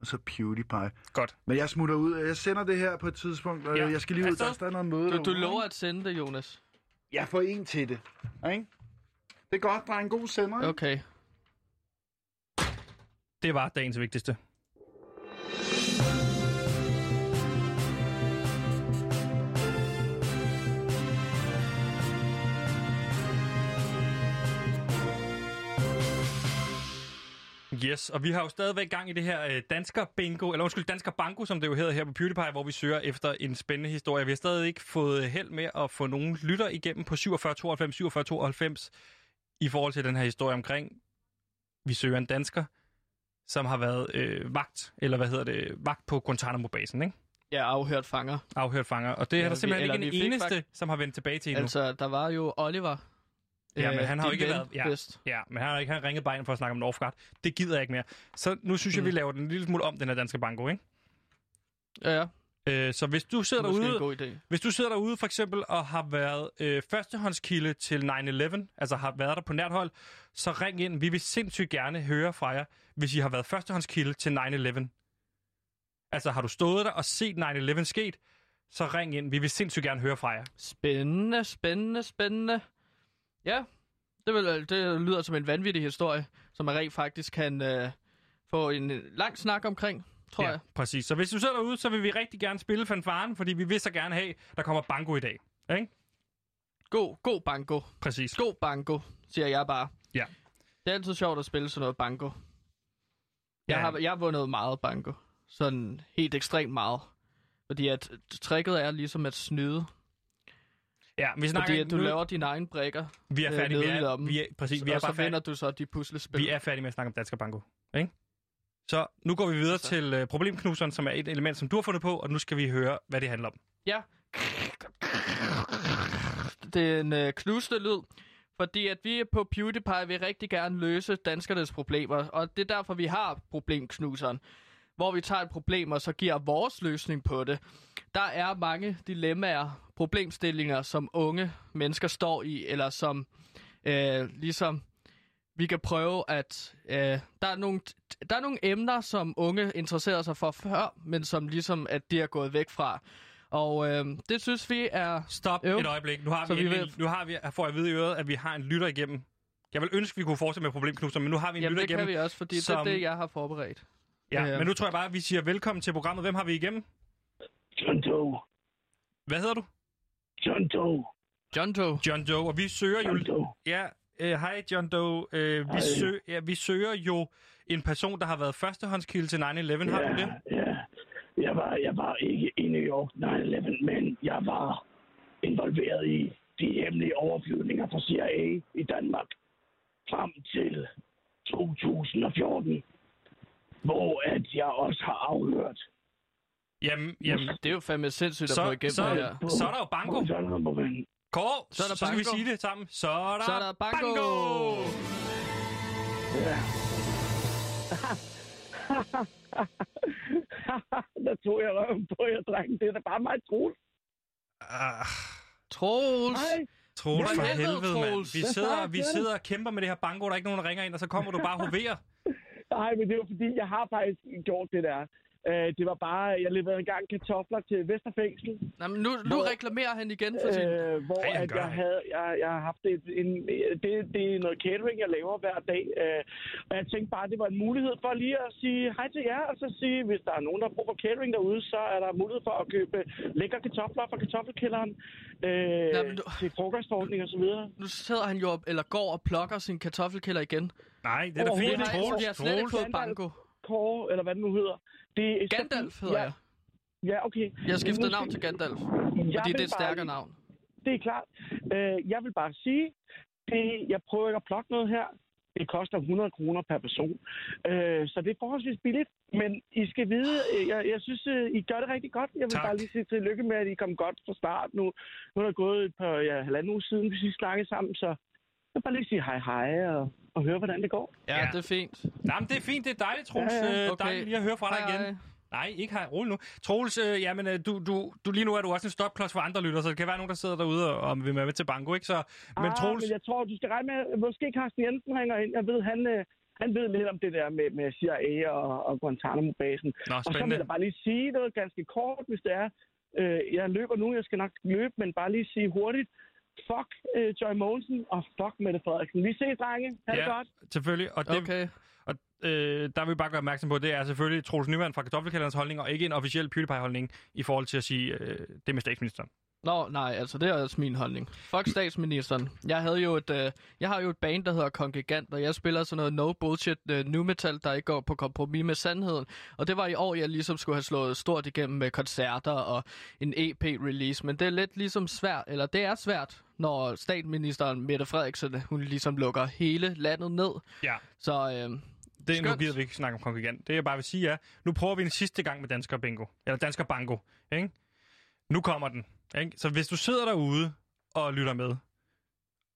[SPEAKER 8] Og så PewDiePie.
[SPEAKER 2] Godt.
[SPEAKER 8] Men jeg smutter ud. Jeg sender det her på et tidspunkt, og
[SPEAKER 2] Ja.
[SPEAKER 8] ja. jeg skal lige ud.
[SPEAKER 2] Afsted.
[SPEAKER 8] Der, der er noget møde.
[SPEAKER 1] Du, du
[SPEAKER 2] Mm.
[SPEAKER 8] derude,
[SPEAKER 1] lover
[SPEAKER 8] ikke?
[SPEAKER 1] at sende det, Jonas.
[SPEAKER 8] Jeg får en til det. Ikke? Det er godt, der er en god sender.
[SPEAKER 2] Mm.
[SPEAKER 8] ikke?
[SPEAKER 1] Okay.
[SPEAKER 2] Det var dagens vigtigste. Yes, og vi har jo stadigvæk gang i det her øh, dansker bingo, eller undskyld, dansker banko, som det jo hedder her på PewDiePie, hvor vi søger efter en spændende historie. Vi har stadig ikke fået held med at få nogen lytter igennem på 47 92 47 92 i forhold til den her historie omkring, vi søger en dansker, som har været øh, vagt, eller hvad hedder det, vagt på Guantanamo-basen, ikke?
[SPEAKER 1] Jeg er afhørt fanger.
[SPEAKER 2] Afhørt fanger. Og det ja, er
[SPEAKER 1] Ja,
[SPEAKER 2] der
[SPEAKER 1] vi-
[SPEAKER 2] simpelthen
[SPEAKER 1] eller
[SPEAKER 2] ikke
[SPEAKER 1] vi
[SPEAKER 2] en
[SPEAKER 1] fik
[SPEAKER 2] eneste,
[SPEAKER 1] fakt-
[SPEAKER 2] som har vendt tilbage til endnu. Altså,
[SPEAKER 1] Altså, der var jo Oliver.
[SPEAKER 2] Ja, men
[SPEAKER 1] Øh,
[SPEAKER 2] han har jo
[SPEAKER 1] din
[SPEAKER 2] ikke
[SPEAKER 1] ven,
[SPEAKER 2] været- ja.
[SPEAKER 1] bedst.
[SPEAKER 2] ja, men han har ikke han ringet bare ind for at snakke om Northgard. Det gider jeg ikke mere. Så nu
[SPEAKER 1] Mm.
[SPEAKER 2] synes jeg, vi laver den en lille smule om, den her danske banko, ikke?
[SPEAKER 1] Ja, ja.
[SPEAKER 2] Øh, så hvis du sidder
[SPEAKER 1] Det er måske
[SPEAKER 2] derude,
[SPEAKER 1] en god idé.
[SPEAKER 2] Hvis du sidder derude for eksempel og har været øh, førstehåndskilde til 9-11, altså har været der på nært hold, så ring ind. Vi vil sindssygt gerne høre fra jer, hvis I har været førstehåndskilde til 9-11. Altså har du stået der og set 9-11 sket, så ring ind. Vi vil sindssygt gerne høre fra jer.
[SPEAKER 1] Spændende, spændende, spændende. Ja, det, vil, det lyder som en vanvittig historie, som man rent faktisk kan øh, få en øh, lang snak omkring, tror ja. jeg.
[SPEAKER 2] præcis. Så hvis du sidder derude, så vil vi rigtig gerne spille fanfaren, fordi vi vil så gerne have, der kommer banko i dag. Ikke?
[SPEAKER 1] God, god banko.
[SPEAKER 2] Præcis.
[SPEAKER 1] God banko, siger jeg bare.
[SPEAKER 2] Ja.
[SPEAKER 1] Det er altid sjovt at spille sådan noget banko. Jeg,
[SPEAKER 2] Ja.
[SPEAKER 1] har, jeg har vundet meget banko. Sådan helt ekstremt meget. Fordi at tricket er ligesom at snyde.
[SPEAKER 2] Ja, vi snakker
[SPEAKER 1] Fordi
[SPEAKER 2] ikke
[SPEAKER 1] at du
[SPEAKER 2] nu.
[SPEAKER 1] laver dine egne brækker,
[SPEAKER 2] vi er
[SPEAKER 1] øh,
[SPEAKER 2] færdige. Vi
[SPEAKER 1] nede i
[SPEAKER 2] er,
[SPEAKER 1] lommen.
[SPEAKER 2] vi er, præcis, vi er
[SPEAKER 1] og så
[SPEAKER 2] bare færdige.
[SPEAKER 1] vinder du så de puslespil.
[SPEAKER 2] Vi er færdige med at snakke om Dansk Banko. Ikke? Så nu går vi videre
[SPEAKER 1] Så.
[SPEAKER 2] til øh, problemknuseren, som er et element, som du har fundet på, og nu skal vi høre, hvad det handler om.
[SPEAKER 1] Ja. Det er en øh, knusende lyd, fordi at vi på PewDiePie vil rigtig gerne løse danskernes problemer, og det er derfor, vi har problemknuseren, hvor vi tager et problem og så giver vores løsning på det. Der er mange dilemmaer, problemstillinger, som unge mennesker står i, eller som øh, ligesom vi kan prøve at... Øh, der, er nogle, der er nogle emner, som unge interesserede sig for før, men som ligesom, at de er gået væk fra. Og øh, det synes vi er...
[SPEAKER 2] Stop
[SPEAKER 1] Øv.
[SPEAKER 2] et øjeblik. Nu har
[SPEAKER 1] Så
[SPEAKER 2] vi,
[SPEAKER 1] vi
[SPEAKER 2] vi
[SPEAKER 1] vil-
[SPEAKER 2] nu har vi, får jeg at vide i øret, at vi har en lytter igennem. Jeg vil ønske, vi kunne fortsætte med problemknuseren, men nu har vi en
[SPEAKER 1] Jamen,
[SPEAKER 2] lytter
[SPEAKER 1] det
[SPEAKER 2] igennem.
[SPEAKER 1] kan vi også, fordi som...
[SPEAKER 2] som-
[SPEAKER 1] det er det, jeg har forberedt.
[SPEAKER 2] Ja,
[SPEAKER 1] Ja.
[SPEAKER 2] men nu tror jeg bare, at vi siger velkommen til programmet. Hvem har vi igennem?
[SPEAKER 7] John Doe.
[SPEAKER 2] Hvad hedder du?
[SPEAKER 7] John Doe.
[SPEAKER 1] John Doe.
[SPEAKER 2] John Doe. Og vi søger jo...
[SPEAKER 7] John Doe.
[SPEAKER 2] Ja, øh, hej John Doe. Øh, vi,
[SPEAKER 7] Hej.
[SPEAKER 2] sø, ja, vi søger jo en person, der har været førstehåndskilde til 9-11. Har du det?
[SPEAKER 7] ja. Jeg var, jeg var ikke i New York 9-11, men jeg var involveret i de hemmelige overflyvninger fra CIA i Danmark frem til 2014, hvor at jeg også har afhørt (laughs)
[SPEAKER 2] Jamen, jamen
[SPEAKER 1] Det er jo fandme sindssygt at
[SPEAKER 2] Så-
[SPEAKER 1] få igennem
[SPEAKER 2] så-
[SPEAKER 1] det her.
[SPEAKER 2] så er der jo banko.
[SPEAKER 7] Sådan noget må man-
[SPEAKER 2] Kåre,
[SPEAKER 1] Så er der
[SPEAKER 2] så skal vi
[SPEAKER 1] banko.
[SPEAKER 2] sige det sammen. Så er der,
[SPEAKER 1] Så er der banko.
[SPEAKER 7] Ja. der tog jeg røven på jer, drenge. Det er da bare mig, Troels.
[SPEAKER 2] Ah,
[SPEAKER 1] Troels!
[SPEAKER 7] Hej.
[SPEAKER 2] Troels,
[SPEAKER 1] Hvad
[SPEAKER 2] for
[SPEAKER 1] helvede,
[SPEAKER 2] helvede, mand.
[SPEAKER 1] Troels?
[SPEAKER 2] Vi
[SPEAKER 7] Hvad
[SPEAKER 2] sidder,
[SPEAKER 7] fuck
[SPEAKER 2] vi
[SPEAKER 7] er det?
[SPEAKER 2] sidder og kæmper med det her banko, der er ikke nogen, der ringer ind, og så kommer du bare og hoverer.
[SPEAKER 7] Nej, men det er jo fordi, jeg har faktisk gjort det der. Øh, det var bare, jeg leverede engang kartofler til Vesterfængsel,
[SPEAKER 1] Nå, men nu, nu
[SPEAKER 7] Hvor-
[SPEAKER 1] reklamerer han igen for sin...
[SPEAKER 7] øh, hvor
[SPEAKER 2] Ej, han
[SPEAKER 7] at
[SPEAKER 2] gør
[SPEAKER 7] jeg,
[SPEAKER 2] det.
[SPEAKER 7] havde, jeg, jeg har haft et, en, det, det er noget catering, jeg laver hver dag. Øh, og jeg tænkte bare, at det var en mulighed for lige at sige hej til jer, og så sige, hvis der er nogen, der har brug for catering derude, så er der mulighed for at købe lækre kartofler fra kartoffelkælderen øh,
[SPEAKER 1] Nej, men du-
[SPEAKER 7] til frokostordning og så videre.
[SPEAKER 1] Nu sidder han jo, eller går og plukker sin kartoffelkælder igen.
[SPEAKER 2] Nej, det er
[SPEAKER 1] Det
[SPEAKER 2] da fint.
[SPEAKER 7] Overhovedet
[SPEAKER 1] har,
[SPEAKER 2] Troels,
[SPEAKER 1] jeg har slet ikke fået
[SPEAKER 2] Troels.
[SPEAKER 1] banko.
[SPEAKER 7] Kåre, eller hvad det nu hedder. Det er så
[SPEAKER 1] Gandalf
[SPEAKER 7] fint.
[SPEAKER 1] hedder
[SPEAKER 7] ja,
[SPEAKER 1] jeg.
[SPEAKER 7] Ja, okay.
[SPEAKER 1] Jeg skiftede navn til Gandalf, fordi
[SPEAKER 7] vil
[SPEAKER 1] det er et
[SPEAKER 7] bare
[SPEAKER 1] stærkere
[SPEAKER 7] lige-
[SPEAKER 1] navn.
[SPEAKER 7] Det er klart. Øh, jeg vil bare sige, det, jeg prøver ikke at plukke noget her. Det koster 100 kroner per person. Øh, så det er forholdsvis billigt. Men I skal vide, øh, jeg, jeg synes, øh, I gør det rigtig godt. Jeg vil
[SPEAKER 2] Tak.
[SPEAKER 7] tak. bare lige sige tillykke med, at I kom godt fra start nu. Nu er der gået et par ja, halvanden uge siden, vi sidst snakkede sammen. Så jeg vil bare lige sige hej hej og, og høre, hvordan det går.
[SPEAKER 1] Ja,
[SPEAKER 2] Ja.
[SPEAKER 1] det er fint.
[SPEAKER 2] Nej, men det er fint. Det er dejligt, Troels.
[SPEAKER 7] Ja, ja.
[SPEAKER 2] Øh,
[SPEAKER 1] Okay.
[SPEAKER 2] Dejligt lige at høre fra dig
[SPEAKER 1] Hej,
[SPEAKER 2] igen.
[SPEAKER 1] hej.
[SPEAKER 2] Nej, ikke hej. Rolig nu. Troels, øh, jamen, øh, du, du, du, lige nu er du også en stopklods for andre lytter, så det kan være nogen, der sidder derude og, og vil være med til banko, ikke? Så, men
[SPEAKER 7] ah,
[SPEAKER 2] Troels,
[SPEAKER 7] men jeg tror, du skal regne med, at måske Carsten Jensen ringer ind. Jeg ved, han, øh, han ved lidt om det der med, med CIA og, og Guantanamo-basen.
[SPEAKER 2] nå,
[SPEAKER 7] Og så vil
[SPEAKER 2] spændende.
[SPEAKER 7] jeg bare lige sige noget ganske kort, hvis det er. Øh, jeg løber nu, jeg skal nok løbe, men bare lige sige hurtigt. Fuck øh, Joy Mogensen, og fuck Mette Frederiksen. Vi ses, drenge. Ha' det
[SPEAKER 2] Ja.
[SPEAKER 7] godt.
[SPEAKER 2] Selvfølgelig, og, det, okay.
[SPEAKER 1] Okay.
[SPEAKER 2] og øh, der vil vi bare gøre opmærksom på, det er selvfølgelig Troels Nyman fra Kartoffelkælderens holdning, og ikke en officiel PewDiePie-holdning i forhold til at sige øh, det med statsministeren.
[SPEAKER 1] Nå, nej, altså det er også min holdning. Fuck statsministeren. Jeg havde jo et, øh, jeg har jo et band, der hedder Kongigant, og jeg spiller sådan noget no bullshit øh, nu metal, der ikke går på kompromis med sandheden. Og det var i år, jeg ligesom skulle have slået stort igennem med koncerter og en EP-release, men det er lidt ligesom svært, eller det er svært, når statsministeren Mette Frederiksen, hun ligesom lukker hele landet ned.
[SPEAKER 2] Ja.
[SPEAKER 1] Så øh,
[SPEAKER 2] Det er nu
[SPEAKER 1] Skønt.
[SPEAKER 2] gider vi ikke snakke om kongregant. Det jeg bare vil sige er, nu prøver vi en sidste gang med Dansker Bingo. Eller Dansker Bango. Ikke? Nu kommer den. Ikke? Så hvis du sidder derude og lytter med,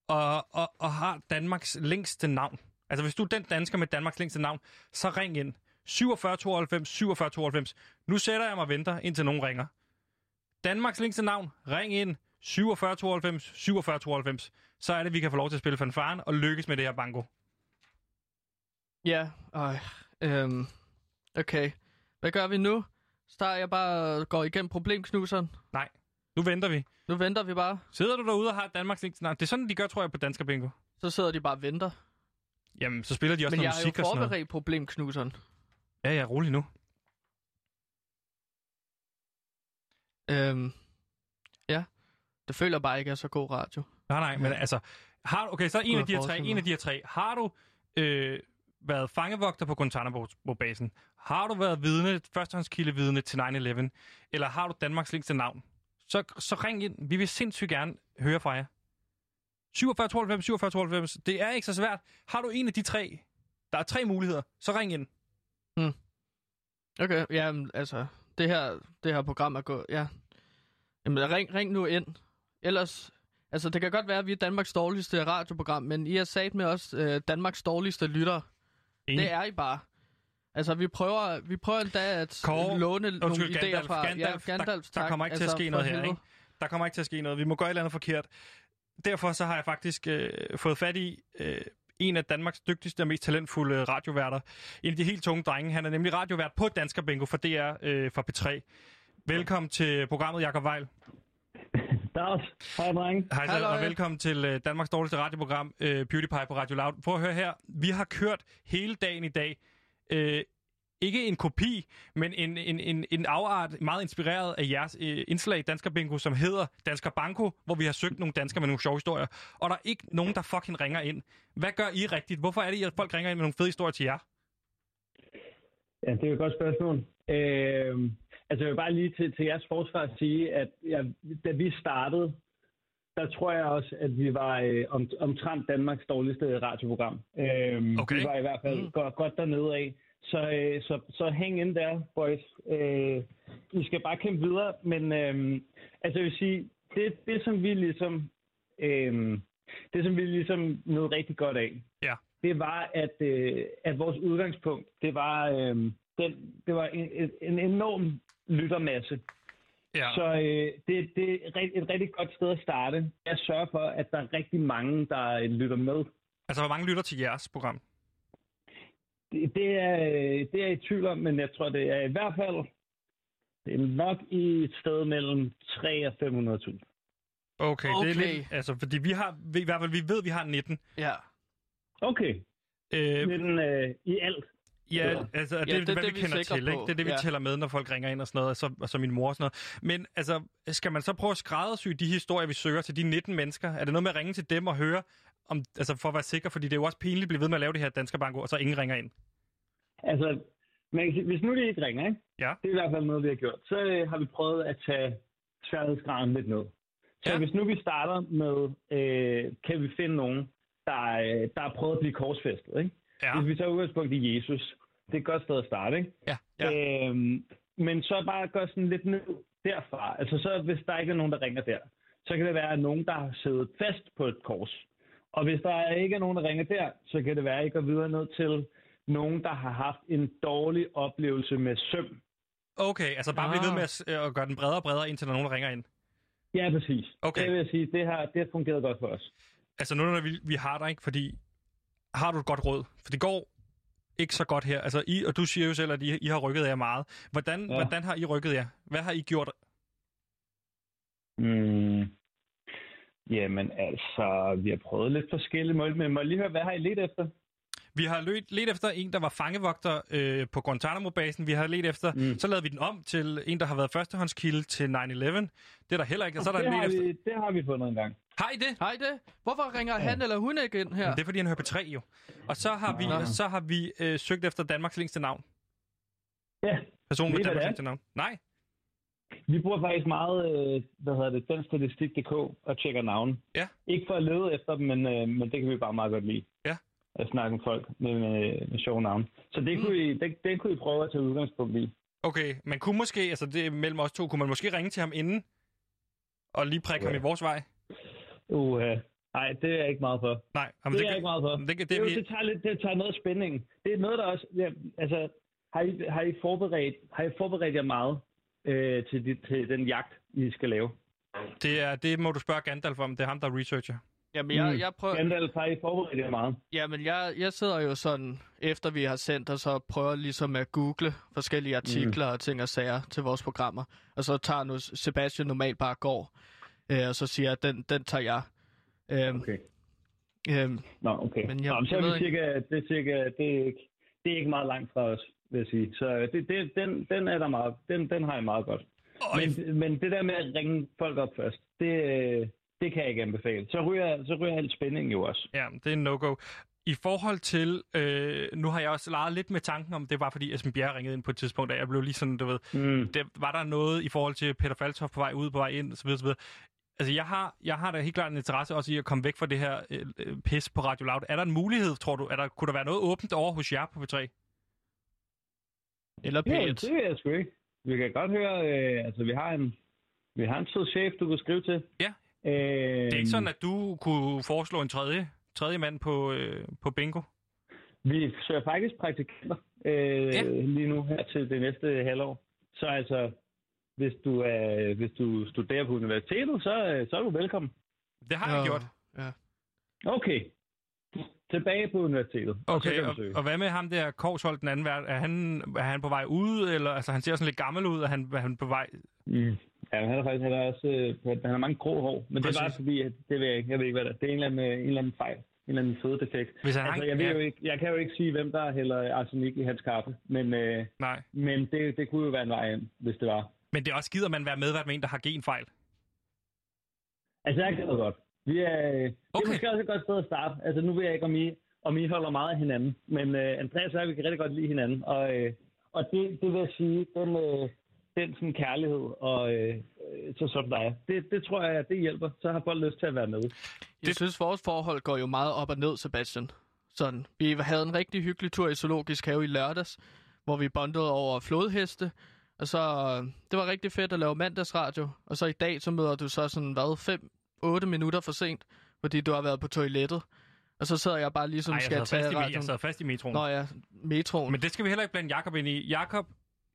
[SPEAKER 2] og, og, og har Danmarks længste navn, altså hvis du er den dansker med Danmarks længste navn, så ring ind. 47 92 47 92. Nu sætter jeg mig og venter, indtil nogen ringer. Danmarks længste navn, ring ind 47 92 47 92. Så er det, vi kan få lov til at spille fanfaren og lykkes med det her banko.
[SPEAKER 1] Ja, øj, øhm, okay. Hvad gør vi nu? Starter jeg bare og går igennem problemknuseren?
[SPEAKER 2] Nu venter vi.
[SPEAKER 1] Nu venter vi bare.
[SPEAKER 2] Sidder du derude og har Danmarks længste navn? Det er sådan, de gør, tror jeg, på Dansker Bingo.
[SPEAKER 1] Så sidder de bare og venter.
[SPEAKER 2] Jamen, så spiller de også
[SPEAKER 1] Men jeg
[SPEAKER 2] noget
[SPEAKER 1] har jo
[SPEAKER 2] musik og sådan noget.
[SPEAKER 1] forberedt problemknuseren.
[SPEAKER 2] Ja, ja, rolig nu.
[SPEAKER 1] Øhm, ja, det føler bare ikke er så god radio.
[SPEAKER 2] Nej, nej, men altså... Har, du- okay, så en
[SPEAKER 1] Kunne
[SPEAKER 2] af, de
[SPEAKER 1] jeg
[SPEAKER 2] her tre,
[SPEAKER 1] forestille
[SPEAKER 2] en af de her tre. Har du øh, været fangevogter på Guantanamo-basen? Har du været vidne, førstehåndskildevidne til 9-11? Eller har du Danmarks længste navn? Så, så ring ind. Vi vil sindssygt gerne høre fra jer. 47 92, 47 92. Det er ikke så svært. Har du en af de tre, der er tre muligheder, så ring ind.
[SPEAKER 1] Okay, jamen altså, det her, det her program er gået, ja. Jamen ring, ring nu ind. Ellers, altså det kan godt være, at vi er Danmarks dårligste radioprogram, men I har sat med os øh, Danmarks dårligste lyttere.
[SPEAKER 2] Enig.
[SPEAKER 1] Det er I bare. Altså, vi prøver, vi prøver endda at
[SPEAKER 2] Kåre,
[SPEAKER 1] Kåre, låne nogle
[SPEAKER 2] Undskyld,
[SPEAKER 1] idéer
[SPEAKER 2] Gandalf,
[SPEAKER 1] fra...
[SPEAKER 2] Gandalf,
[SPEAKER 1] ja, Gandalf
[SPEAKER 2] der, der
[SPEAKER 1] tak.
[SPEAKER 2] kommer ikke til at
[SPEAKER 1] Altså,
[SPEAKER 2] ske
[SPEAKER 1] for
[SPEAKER 2] noget her,
[SPEAKER 1] helvede.
[SPEAKER 2] ikke? Der kommer ikke til at ske noget. Vi må gøre et eller andet forkert. Derfor så har jeg faktisk øh, fået fat i øh, en af Danmarks dygtigste og mest talentfulde radioværter. En af de helt tunge drenge. Han er nemlig radiovært på Dansker Bingo for DR øh, for P3. Velkommen til programmet, Jakob Vejl.
[SPEAKER 7] Dags. Hej, drenge.
[SPEAKER 2] Hej så,
[SPEAKER 1] Halløj.
[SPEAKER 2] og velkommen til øh, Danmarks dårligste radioprogram, øh, PewDiePie på Radio Loud. Prøv at høre her. Vi har kørt hele dagen i dag. Øh, ikke en kopi, men en, en, en, en afart meget inspireret af jeres øh, indslag i Dansker Bingo, som hedder Dansker Banko, hvor vi har søgt nogle danskere med nogle sjove historier. Og der er ikke nogen, der fucking ringer ind. Hvad gør I rigtigt? Hvorfor er det, at folk ringer ind med nogle fede historier til jer?
[SPEAKER 4] Ja, det er jo et godt spørgsmål. Øh, altså, jeg vil bare lige til, til jeres forsvar sige, at jeg, da vi startede, der tror jeg også, at vi var øh, om, omtrent Danmarks dårligste radioprogram. Øh,
[SPEAKER 2] Okay.
[SPEAKER 4] Vi var i hvert fald
[SPEAKER 1] Mm.
[SPEAKER 4] mm. godt, godt dernede af. Så, øh, så, så hæng ind der, boys. Øh, I skal bare kæmpe videre. Men øh, altså, jeg vil sige, det, det som vi ligesom... Øh, det, som vi ligesom nåede rigtig godt af,
[SPEAKER 2] Ja.
[SPEAKER 4] det var, at, øh, at vores udgangspunkt, det var, øh, den, det var en, en- en enorm lyttermasse.
[SPEAKER 2] Ja.
[SPEAKER 4] Så øh, det, det er ri- et rigtig godt sted at starte. Jeg sørger for, at der er rigtig mange, der øh, lytter med.
[SPEAKER 2] Altså, hvor mange lytter til jeres program?
[SPEAKER 4] Det, det, er, øh, det er jeg i tvivl om, men jeg tror, det er i hvert fald det er nok i et sted mellem 3 og 500.000.
[SPEAKER 2] Okay, okay. det er
[SPEAKER 1] Okay.
[SPEAKER 2] lidt... Altså, fordi vi har... Vi, I hvert fald, vi ved, vi har 19.
[SPEAKER 1] Ja.
[SPEAKER 4] Okay,
[SPEAKER 2] Øh,
[SPEAKER 4] men, øh, i alt.
[SPEAKER 2] Ja,
[SPEAKER 4] Eller-
[SPEAKER 2] altså, og det, ja, det er det, vi, kender
[SPEAKER 1] sikrer
[SPEAKER 2] til, ikke?
[SPEAKER 1] på.
[SPEAKER 2] Det er det, vi ja.
[SPEAKER 1] Ja.
[SPEAKER 2] tæller med, når folk ringer ind og sådan noget, og så, og så min mor og sådan noget. Men altså, skal man så prøve at skræddersy de historier, vi søger til de 19 mennesker? Er det noget med at ringe til dem og høre, om, altså for at være sikker? Fordi det er jo også pinligt at blive ved med at lave det her danske banko, og så ingen ringer ind.
[SPEAKER 4] Altså, man kan sige, hvis nu det ikke ringer, ikke?
[SPEAKER 2] Ja.
[SPEAKER 4] det er i hvert fald noget, vi har gjort, så øh, har vi prøvet at tage sværhedsgraden lidt ned. Så
[SPEAKER 2] Ja.
[SPEAKER 4] ja. hvis nu vi starter med, øh, kan vi finde nogen, der, øh, der har prøvet at blive korsfæstet. Ikke?
[SPEAKER 2] Ja,
[SPEAKER 4] Hvis vi tager udgangspunkt i Jesus, det er et godt sted at starte. Ikke?
[SPEAKER 2] ja, ja.
[SPEAKER 4] Øhm, men så bare gå sådan lidt ned derfra. Altså så, hvis der ikke er nogen, der ringer der, så kan det være at nogen, der har siddet fast på et kors. Og hvis der ikke er nogen, der ringer der, så kan det være, at I går videre ned til nogen, der har haft en dårlig oplevelse med søvn.
[SPEAKER 2] Okay, altså bare
[SPEAKER 4] Ah.
[SPEAKER 2] blive ved med at, øh, at gøre den bredere og bredere, indtil der er nogen, der ringer ind.
[SPEAKER 4] Ja, præcis.
[SPEAKER 2] Okay.
[SPEAKER 4] Det vil jeg sige, det har, det har fungeret godt for os.
[SPEAKER 2] Altså nu, når vi, vi har dig, ikke? Fordi har du et godt råd? For det går ikke så godt her. Altså, I, og du siger jo selv, at I, I har rykket jer meget. Hvordan, ja.
[SPEAKER 4] Ja.
[SPEAKER 2] hvordan har I rykket jer? Hvad har I gjort
[SPEAKER 4] Mm. Jamen altså, vi har prøvet lidt forskellige mål, men må jeg lige høre, hvad har I let efter?
[SPEAKER 2] Vi har let, let efter en, der var fangevogter øh, på Guantanamo-basen. Vi har let efter, mm.
[SPEAKER 4] Mm.
[SPEAKER 2] så lavede vi den om til en, der har været førstehåndskilde til 9-11. Det er der heller ikke. Og så er der
[SPEAKER 4] det,
[SPEAKER 2] en let
[SPEAKER 4] har
[SPEAKER 2] efter...
[SPEAKER 4] vi, det har vi fundet en gang.
[SPEAKER 2] Har I det?
[SPEAKER 1] Hej det. Hvorfor ringer han eller hun ikke ind her?
[SPEAKER 2] Ja. Det er, fordi han hører på 3 jo. Og så har vi,
[SPEAKER 4] Nå.
[SPEAKER 2] så har vi øh, søgt efter Danmarks længste navn.
[SPEAKER 4] Ja,
[SPEAKER 2] Personen
[SPEAKER 4] Ved
[SPEAKER 2] med
[SPEAKER 4] I, hvad
[SPEAKER 2] Danmarks
[SPEAKER 4] det er?
[SPEAKER 2] længste navn. Nej.
[SPEAKER 4] Vi bruger faktisk meget, øh, hvad hedder det, danstatistik.dk og tjekker navne.
[SPEAKER 2] Ja.
[SPEAKER 4] Ikke for at lede efter dem, men, øh, men det kan vi bare meget godt lide.
[SPEAKER 2] Ja.
[SPEAKER 4] At snakke med folk med, med, med sjove navne. Så det, mm. kunne I, det, det kunne I prøve at tage udgangspunkt i.
[SPEAKER 2] Okay, man kunne måske, altså det er mellem os to, kunne man måske ringe til ham inden og lige prikke ja. ham i vores vej?
[SPEAKER 4] Uh, nej, det er jeg ikke meget for. Jamen,
[SPEAKER 2] Nej, jamen,
[SPEAKER 4] det, det er jeg ikke meget for.
[SPEAKER 2] det, det, det,
[SPEAKER 4] Det,
[SPEAKER 2] det,
[SPEAKER 4] jo,
[SPEAKER 2] vi,
[SPEAKER 4] det, tager lidt, det tager noget af spændingen. Det er noget, der også... Ja, altså, har I, har, I forberedt, har I forberedt jer meget øh, til, de, til den jagt, I skal lave?
[SPEAKER 2] det, er, det må du spørge Gandalf om. Det er ham, der er researcher.
[SPEAKER 1] Jamen, jeg,
[SPEAKER 4] Mm.
[SPEAKER 1] jeg prøver...
[SPEAKER 4] Gandalf, har I forberedt jer meget?
[SPEAKER 1] Jamen, jeg, jeg sidder jo sådan, efter vi har sendt os, og prøver ligesom at google forskellige artikler mm. og ting og sager til vores programmer. Og så tager nu Sebastian normalt bare går, øh, og så siger jeg, den, den tager jeg. Øhm,
[SPEAKER 4] Okay.
[SPEAKER 1] øhm,
[SPEAKER 4] Nå, okay.
[SPEAKER 1] Men
[SPEAKER 4] Men
[SPEAKER 1] jeg-
[SPEAKER 4] jeg, Nå, men så
[SPEAKER 1] jeg
[SPEAKER 4] er
[SPEAKER 1] ved
[SPEAKER 4] vi cirka, det er cirka, det er ikke, det er ikke meget langt fra os, vil jeg sige. Så øh, det, det, den, den er der meget, den, den har jeg meget godt.
[SPEAKER 2] Og I-
[SPEAKER 4] Men, men det der med at ringe folk op først, det, øh, det kan jeg ikke anbefale. Så ryger, så ryger alt spænding jo også.
[SPEAKER 2] Ja, det er en no-go. I forhold til, øh, nu har jeg også leget lidt med tanken om, det var fordi Esben Bjerre ringede ind på et tidspunkt, og jeg blev lige sådan, du ved,
[SPEAKER 4] Mm.
[SPEAKER 2] det, var der noget i forhold til Peter Faltoff på vej ud, på vej ind, osv. osv. Altså, jeg har, jeg har da helt klart en interesse også i at komme væk fra det her øh, øh, pis på Radio Loud. Er der en mulighed, tror du? Er der, kunne der være noget åbent over hos jer på P3?
[SPEAKER 1] eller
[SPEAKER 4] Ja,
[SPEAKER 1] P1.
[SPEAKER 4] det vil jeg sgu ikke. Vi kan godt høre, øh, altså vi har en, vi har en sød chef, du kan skrive til.
[SPEAKER 2] Ja.
[SPEAKER 4] Øh,
[SPEAKER 2] Det er ikke sådan, at du kunne foreslå en tredje, tredje mand på, øh, på bingo?
[SPEAKER 4] Vi søger faktisk praktikanter øh,
[SPEAKER 2] Ja.
[SPEAKER 4] ja. lige nu her til det næste halvår. Så altså, hvis du, er, hvis du studerer på universitetet, så, øh, så er du velkommen.
[SPEAKER 2] Det har jeg
[SPEAKER 1] Ja.
[SPEAKER 2] gjort.
[SPEAKER 4] Okay. Tilbage på universitetet. og så
[SPEAKER 2] Okay,
[SPEAKER 4] kan du
[SPEAKER 2] og,
[SPEAKER 4] søge.
[SPEAKER 2] og hvad med ham der, Korsholt, den anden vært? Er han, er han på vej ud, eller altså, han ser sådan lidt gammel ud, og han, er han på vej...
[SPEAKER 4] Mm. Ja, men han har faktisk han har også øh, han har mange grå hår, men det er bare
[SPEAKER 2] Præcis.
[SPEAKER 4] fordi, at det ved jeg ikke, jeg ved ikke, hvad det er. Det er en eller anden, øh, en eller anden fejl, en eller anden fødedefekt.
[SPEAKER 2] Hvis han
[SPEAKER 4] Altså,
[SPEAKER 2] har-
[SPEAKER 4] jeg, ved
[SPEAKER 2] ja.
[SPEAKER 4] jo ikke, jeg kan jo ikke sige, hvem der hælder arsenik i hans kaffe, men, øh,
[SPEAKER 2] Nej.
[SPEAKER 4] men det, det kunne jo være en vej ind, hvis det var.
[SPEAKER 2] Men det er også gider man være medvært med en, der har genfejl.
[SPEAKER 4] Altså, jeg gad godt. Vi er, okay. Det
[SPEAKER 2] Okay.
[SPEAKER 4] er måske også et godt sted at starte. Altså, nu ved jeg ikke, om I, om I holder meget af hinanden, men øh, Andreas og jeg, vi kan rigtig godt lide hinanden. Og, øh, og det, det vil jeg sige, den, øh, den sådan kærlighed, og øh, øh, så som der er, det, det tror jeg, det hjælper. Så har folk lyst til at være med.
[SPEAKER 1] Jeg synes, vores forhold går jo meget op og ned, Sebastian. Sådan. Vi havde en rigtig hyggelig tur i Zoologisk Have i lørdags, hvor vi bondede over flodheste. Og så, øh, det var rigtig fedt at lave mandagsradio. Og så i dag, så møder du så sådan, hvad, 5-8 minutter for sent, fordi du har været på toilettet. Og så sidder jeg bare ligesom,
[SPEAKER 2] Nej,
[SPEAKER 1] Ej,
[SPEAKER 2] jeg,
[SPEAKER 1] skal
[SPEAKER 2] sad fast
[SPEAKER 1] tage
[SPEAKER 2] i, jeg
[SPEAKER 1] radioen.
[SPEAKER 2] sad fast i metroen.
[SPEAKER 1] Nå ja, metroen.
[SPEAKER 2] Men det skal vi heller ikke blande Jakob ind i. Jakob,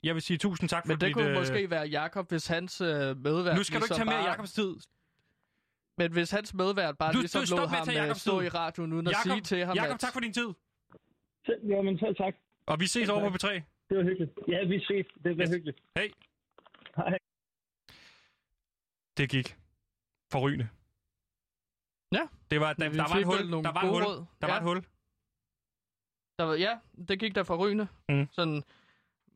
[SPEAKER 2] jeg vil sige tusind tak for
[SPEAKER 1] Men det
[SPEAKER 2] dit...
[SPEAKER 1] kunne
[SPEAKER 2] øh,
[SPEAKER 1] måske være Jakob, hvis hans øh, medvært
[SPEAKER 2] Nu skal du ikke
[SPEAKER 1] ligesom
[SPEAKER 2] tage mere
[SPEAKER 1] bare...
[SPEAKER 2] Jakobs tid.
[SPEAKER 1] Men hvis hans medvært bare
[SPEAKER 2] Du-
[SPEAKER 1] du,
[SPEAKER 2] du-
[SPEAKER 1] ligesom
[SPEAKER 2] stop
[SPEAKER 1] lå
[SPEAKER 2] med at
[SPEAKER 1] ham
[SPEAKER 2] tage
[SPEAKER 1] øh,
[SPEAKER 2] Jakobs
[SPEAKER 1] stå
[SPEAKER 2] tid.
[SPEAKER 1] i radioen uden at sige til ham,
[SPEAKER 2] Jakob,
[SPEAKER 1] at...
[SPEAKER 2] tak for din tid.
[SPEAKER 4] Så, jamen, selv tak.
[SPEAKER 2] Og vi ses over på P3.
[SPEAKER 4] Det var hyggeligt. Ja, vi ses. Det var
[SPEAKER 2] Yes.
[SPEAKER 4] hyggeligt.
[SPEAKER 2] Hej.
[SPEAKER 4] Hej.
[SPEAKER 2] Det gik forrygende.
[SPEAKER 1] Ja.
[SPEAKER 2] Det var, der,
[SPEAKER 1] Men vi
[SPEAKER 2] der var
[SPEAKER 1] fik
[SPEAKER 2] et hul.
[SPEAKER 1] vel nogle
[SPEAKER 2] Der var et
[SPEAKER 1] gode
[SPEAKER 2] hul.
[SPEAKER 1] råd.
[SPEAKER 2] Der
[SPEAKER 1] ja,
[SPEAKER 2] var et hul.
[SPEAKER 1] Der var, ja, det gik der for rygende.
[SPEAKER 2] Mm.
[SPEAKER 1] Sådan,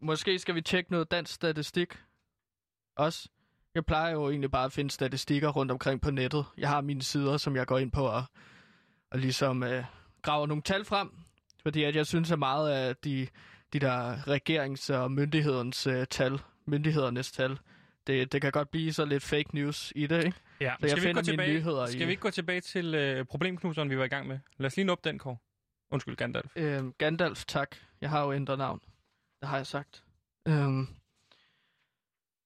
[SPEAKER 1] måske skal vi tjekke noget dansk statistik også. Jeg plejer jo egentlig bare at finde statistikker rundt omkring på nettet. Jeg har mine sider, som jeg går ind på og, og ligesom øh, graver nogle tal frem. Fordi at jeg synes, at meget af de, de der regerings- og myndighedens øh, tal, myndighedernes tal, det, det kan godt blive så lidt fake news i det, ikke?
[SPEAKER 2] Ja.
[SPEAKER 1] jeg
[SPEAKER 2] Skal, vi ikke gå
[SPEAKER 1] finder mine nyheder
[SPEAKER 2] tilbage,
[SPEAKER 1] i-
[SPEAKER 2] skal vi ikke gå tilbage til øh, problemknuseren, vi var i gang med? Lad os lige nå op den, Kåre. Undskyld, Gandalf.
[SPEAKER 1] Øhm, Gandalf, tak. Jeg har jo ændret navn. Det har jeg sagt. Øhm,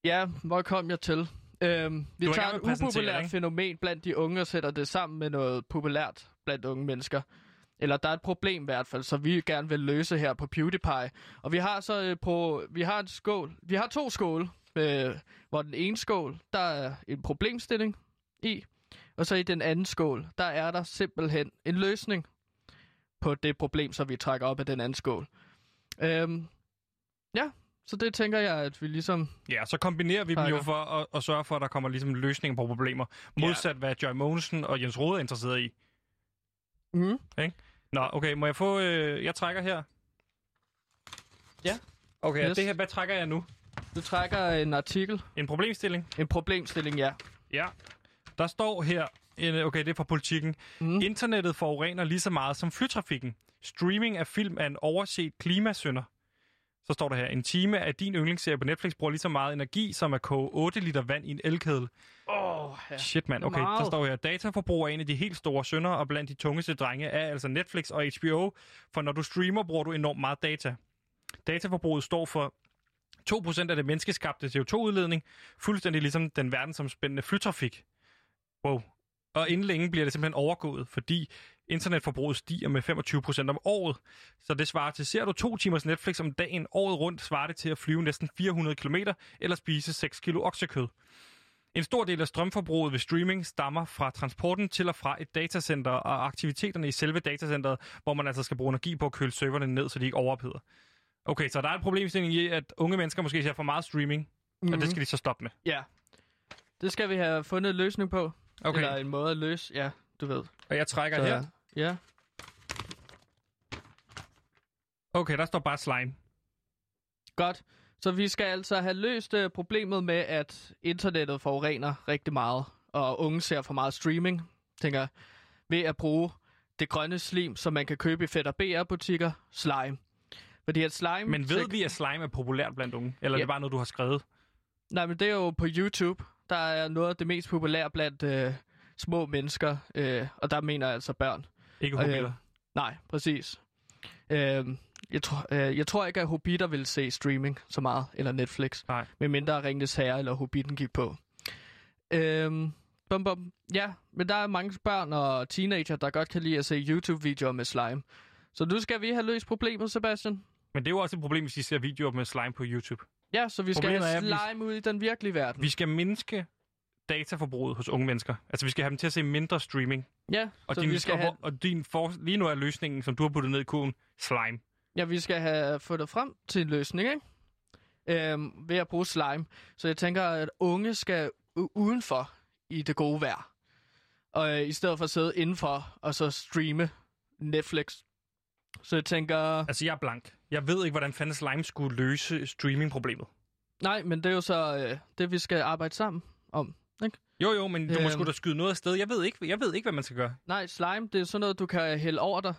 [SPEAKER 1] ja, hvor kom jeg til? Øhm, vi
[SPEAKER 2] Du er i
[SPEAKER 1] tager
[SPEAKER 2] gang
[SPEAKER 1] et
[SPEAKER 2] med at præsentere,
[SPEAKER 1] upopulært
[SPEAKER 2] ikke?
[SPEAKER 1] fænomen blandt de unge og sætter det sammen med noget populært blandt unge mennesker. Eller der er et problem i hvert fald, så vi gerne vil løse her på PewDiePie. Og vi har så øh, på, vi har en skål. Vi har to skåle, øh, hvor den ene skål, der er en problemstilling i, og så i den anden skål, der er der simpelthen en løsning på det problem, som vi trækker op af den anden skål. Øhm, ja, så det tænker jeg, at vi ligesom...
[SPEAKER 2] Ja, så kombinerer vi dem jo
[SPEAKER 1] Takker.
[SPEAKER 2] for at, at sørge for, at der kommer ligesom løsninger på problemer. Modsat hvad Joy Mogensen og Jens Rode er interesseret i.
[SPEAKER 1] Mm.
[SPEAKER 2] Nå, okay, må jeg få... Øh, jeg trækker her.
[SPEAKER 1] Ja.
[SPEAKER 2] Okay, yes.
[SPEAKER 1] Yes.
[SPEAKER 2] det her, hvad trækker jeg nu?
[SPEAKER 1] Du trækker en artikel,
[SPEAKER 2] En problemstilling?
[SPEAKER 1] en problemstilling, ja.
[SPEAKER 2] Ja. Der står her... en- Okay, det er fra politikken. Mm.
[SPEAKER 1] Mm.
[SPEAKER 2] Internettet forurener lige så meget som flytrafikken. Streaming af film er en overset klimasynder. Så står der her, en time af din yndlingsserie på Netflix bruger lige så meget energi, som at koge 8 liter vand i en elkedel.
[SPEAKER 1] Åh, oh, ja.
[SPEAKER 2] Shit, mand.
[SPEAKER 1] Det er
[SPEAKER 2] Okay, der
[SPEAKER 1] meget.
[SPEAKER 2] står her, dataforbrug er en af de helt store syndere, og blandt de tungeste drenge er altså Netflix og HBO, for når du streamer, bruger du enormt meget data. Dataforbruget står for 2% af det menneskeskabte CO2-udledning, fuldstændig ligesom den verdensomspændende flytrafik. Wow. Og inden længe bliver det simpelthen overgået, fordi internetforbruget stiger med 25% om året. Så det svarer til, ser du to timers Netflix om dagen året rundt, svarer det til at flyve næsten 400 km eller spise 6 kilo oksekød. En stor del af strømforbruget ved streaming stammer fra transporten til og fra et datacenter og aktiviteterne i selve datacenteret, hvor man altså skal bruge energi på at køle serverne ned, så de ikke overopheder. Okay, så der er en problemstilling i, at unge mennesker måske ser for meget streaming, mm-hmm.
[SPEAKER 1] Mhm.
[SPEAKER 2] og det skal de så stoppe med.
[SPEAKER 1] Ja. Det skal vi have fundet en løsning på.
[SPEAKER 2] Okay,
[SPEAKER 1] Eller en måde at løse, ja, du ved.
[SPEAKER 2] og jeg trækker så... her.
[SPEAKER 1] Ja.
[SPEAKER 2] Okay, der står bare slime.
[SPEAKER 1] Godt. Så vi skal altså have løst øh, problemet med, at internettet forurener rigtig meget, og unge ser for meget streaming, tænker jeg, ved at bruge det grønne slim, som man kan købe i Fed og BR-butikker, slime. Fordi at slime...
[SPEAKER 2] Men ved
[SPEAKER 1] så-
[SPEAKER 2] vi, at slime er populært blandt unge? Eller ja. er
[SPEAKER 1] Ja.
[SPEAKER 2] det bare noget, du har skrevet?
[SPEAKER 1] Nej, men det er jo på YouTube. Der er noget af det mest populære blandt øh, små mennesker, øh, og der mener jeg altså børn.
[SPEAKER 2] Ikke
[SPEAKER 1] Og, øh,
[SPEAKER 2] hobbiter.
[SPEAKER 1] Nej, præcis. Øh, jeg, tror, øh, jeg tror ikke, at Hobbiter vil se streaming så meget, eller Netflix.
[SPEAKER 2] Nej.
[SPEAKER 1] Medmindre Ringnes Herre eller Hobbiten gik på. Øhm, bum, bum. Ja, men der er mange børn og teenager, der godt kan lide at se YouTube-videoer med slime. Så nu skal vi have løst problemet, Sebastian.
[SPEAKER 2] Men det er jo også et problem, hvis de ser videoer med slime på YouTube.
[SPEAKER 1] Ja, så vi skal
[SPEAKER 2] Problemet er,
[SPEAKER 1] have
[SPEAKER 2] at vi-
[SPEAKER 1] slime ud i den virkelige verden.
[SPEAKER 2] Vi skal mindske dataforbruget hos unge mennesker. Altså, vi skal have dem til at se mindre streaming.
[SPEAKER 1] Ja,
[SPEAKER 2] Og,
[SPEAKER 1] så
[SPEAKER 2] din,
[SPEAKER 1] vi skal have,
[SPEAKER 2] og din for, lige nu er løsningen, som du har puttet ned i kurven, slime.
[SPEAKER 1] ja, vi skal have fundet frem til en løsning, ikke? Øhm, ved at bruge slime. Så jeg tænker, at unge skal u- udenfor i det gode vejr. Og øh, i stedet for at sidde indenfor og så streame Netflix. Så jeg tænker...
[SPEAKER 2] Altså, jeg er blank. Jeg ved ikke, hvordan fanden slime skulle løse streamingproblemet.
[SPEAKER 1] Nej, men det er jo så øh, det, vi skal arbejde sammen om. Ikke?
[SPEAKER 2] Jo, jo, men du må
[SPEAKER 1] Øhm.
[SPEAKER 2] sgu da skyde noget afsted. Jeg ved, ikke, jeg ved ikke, hvad man skal gøre.
[SPEAKER 1] Nej, slime, det er sådan noget, du kan hælde over dig.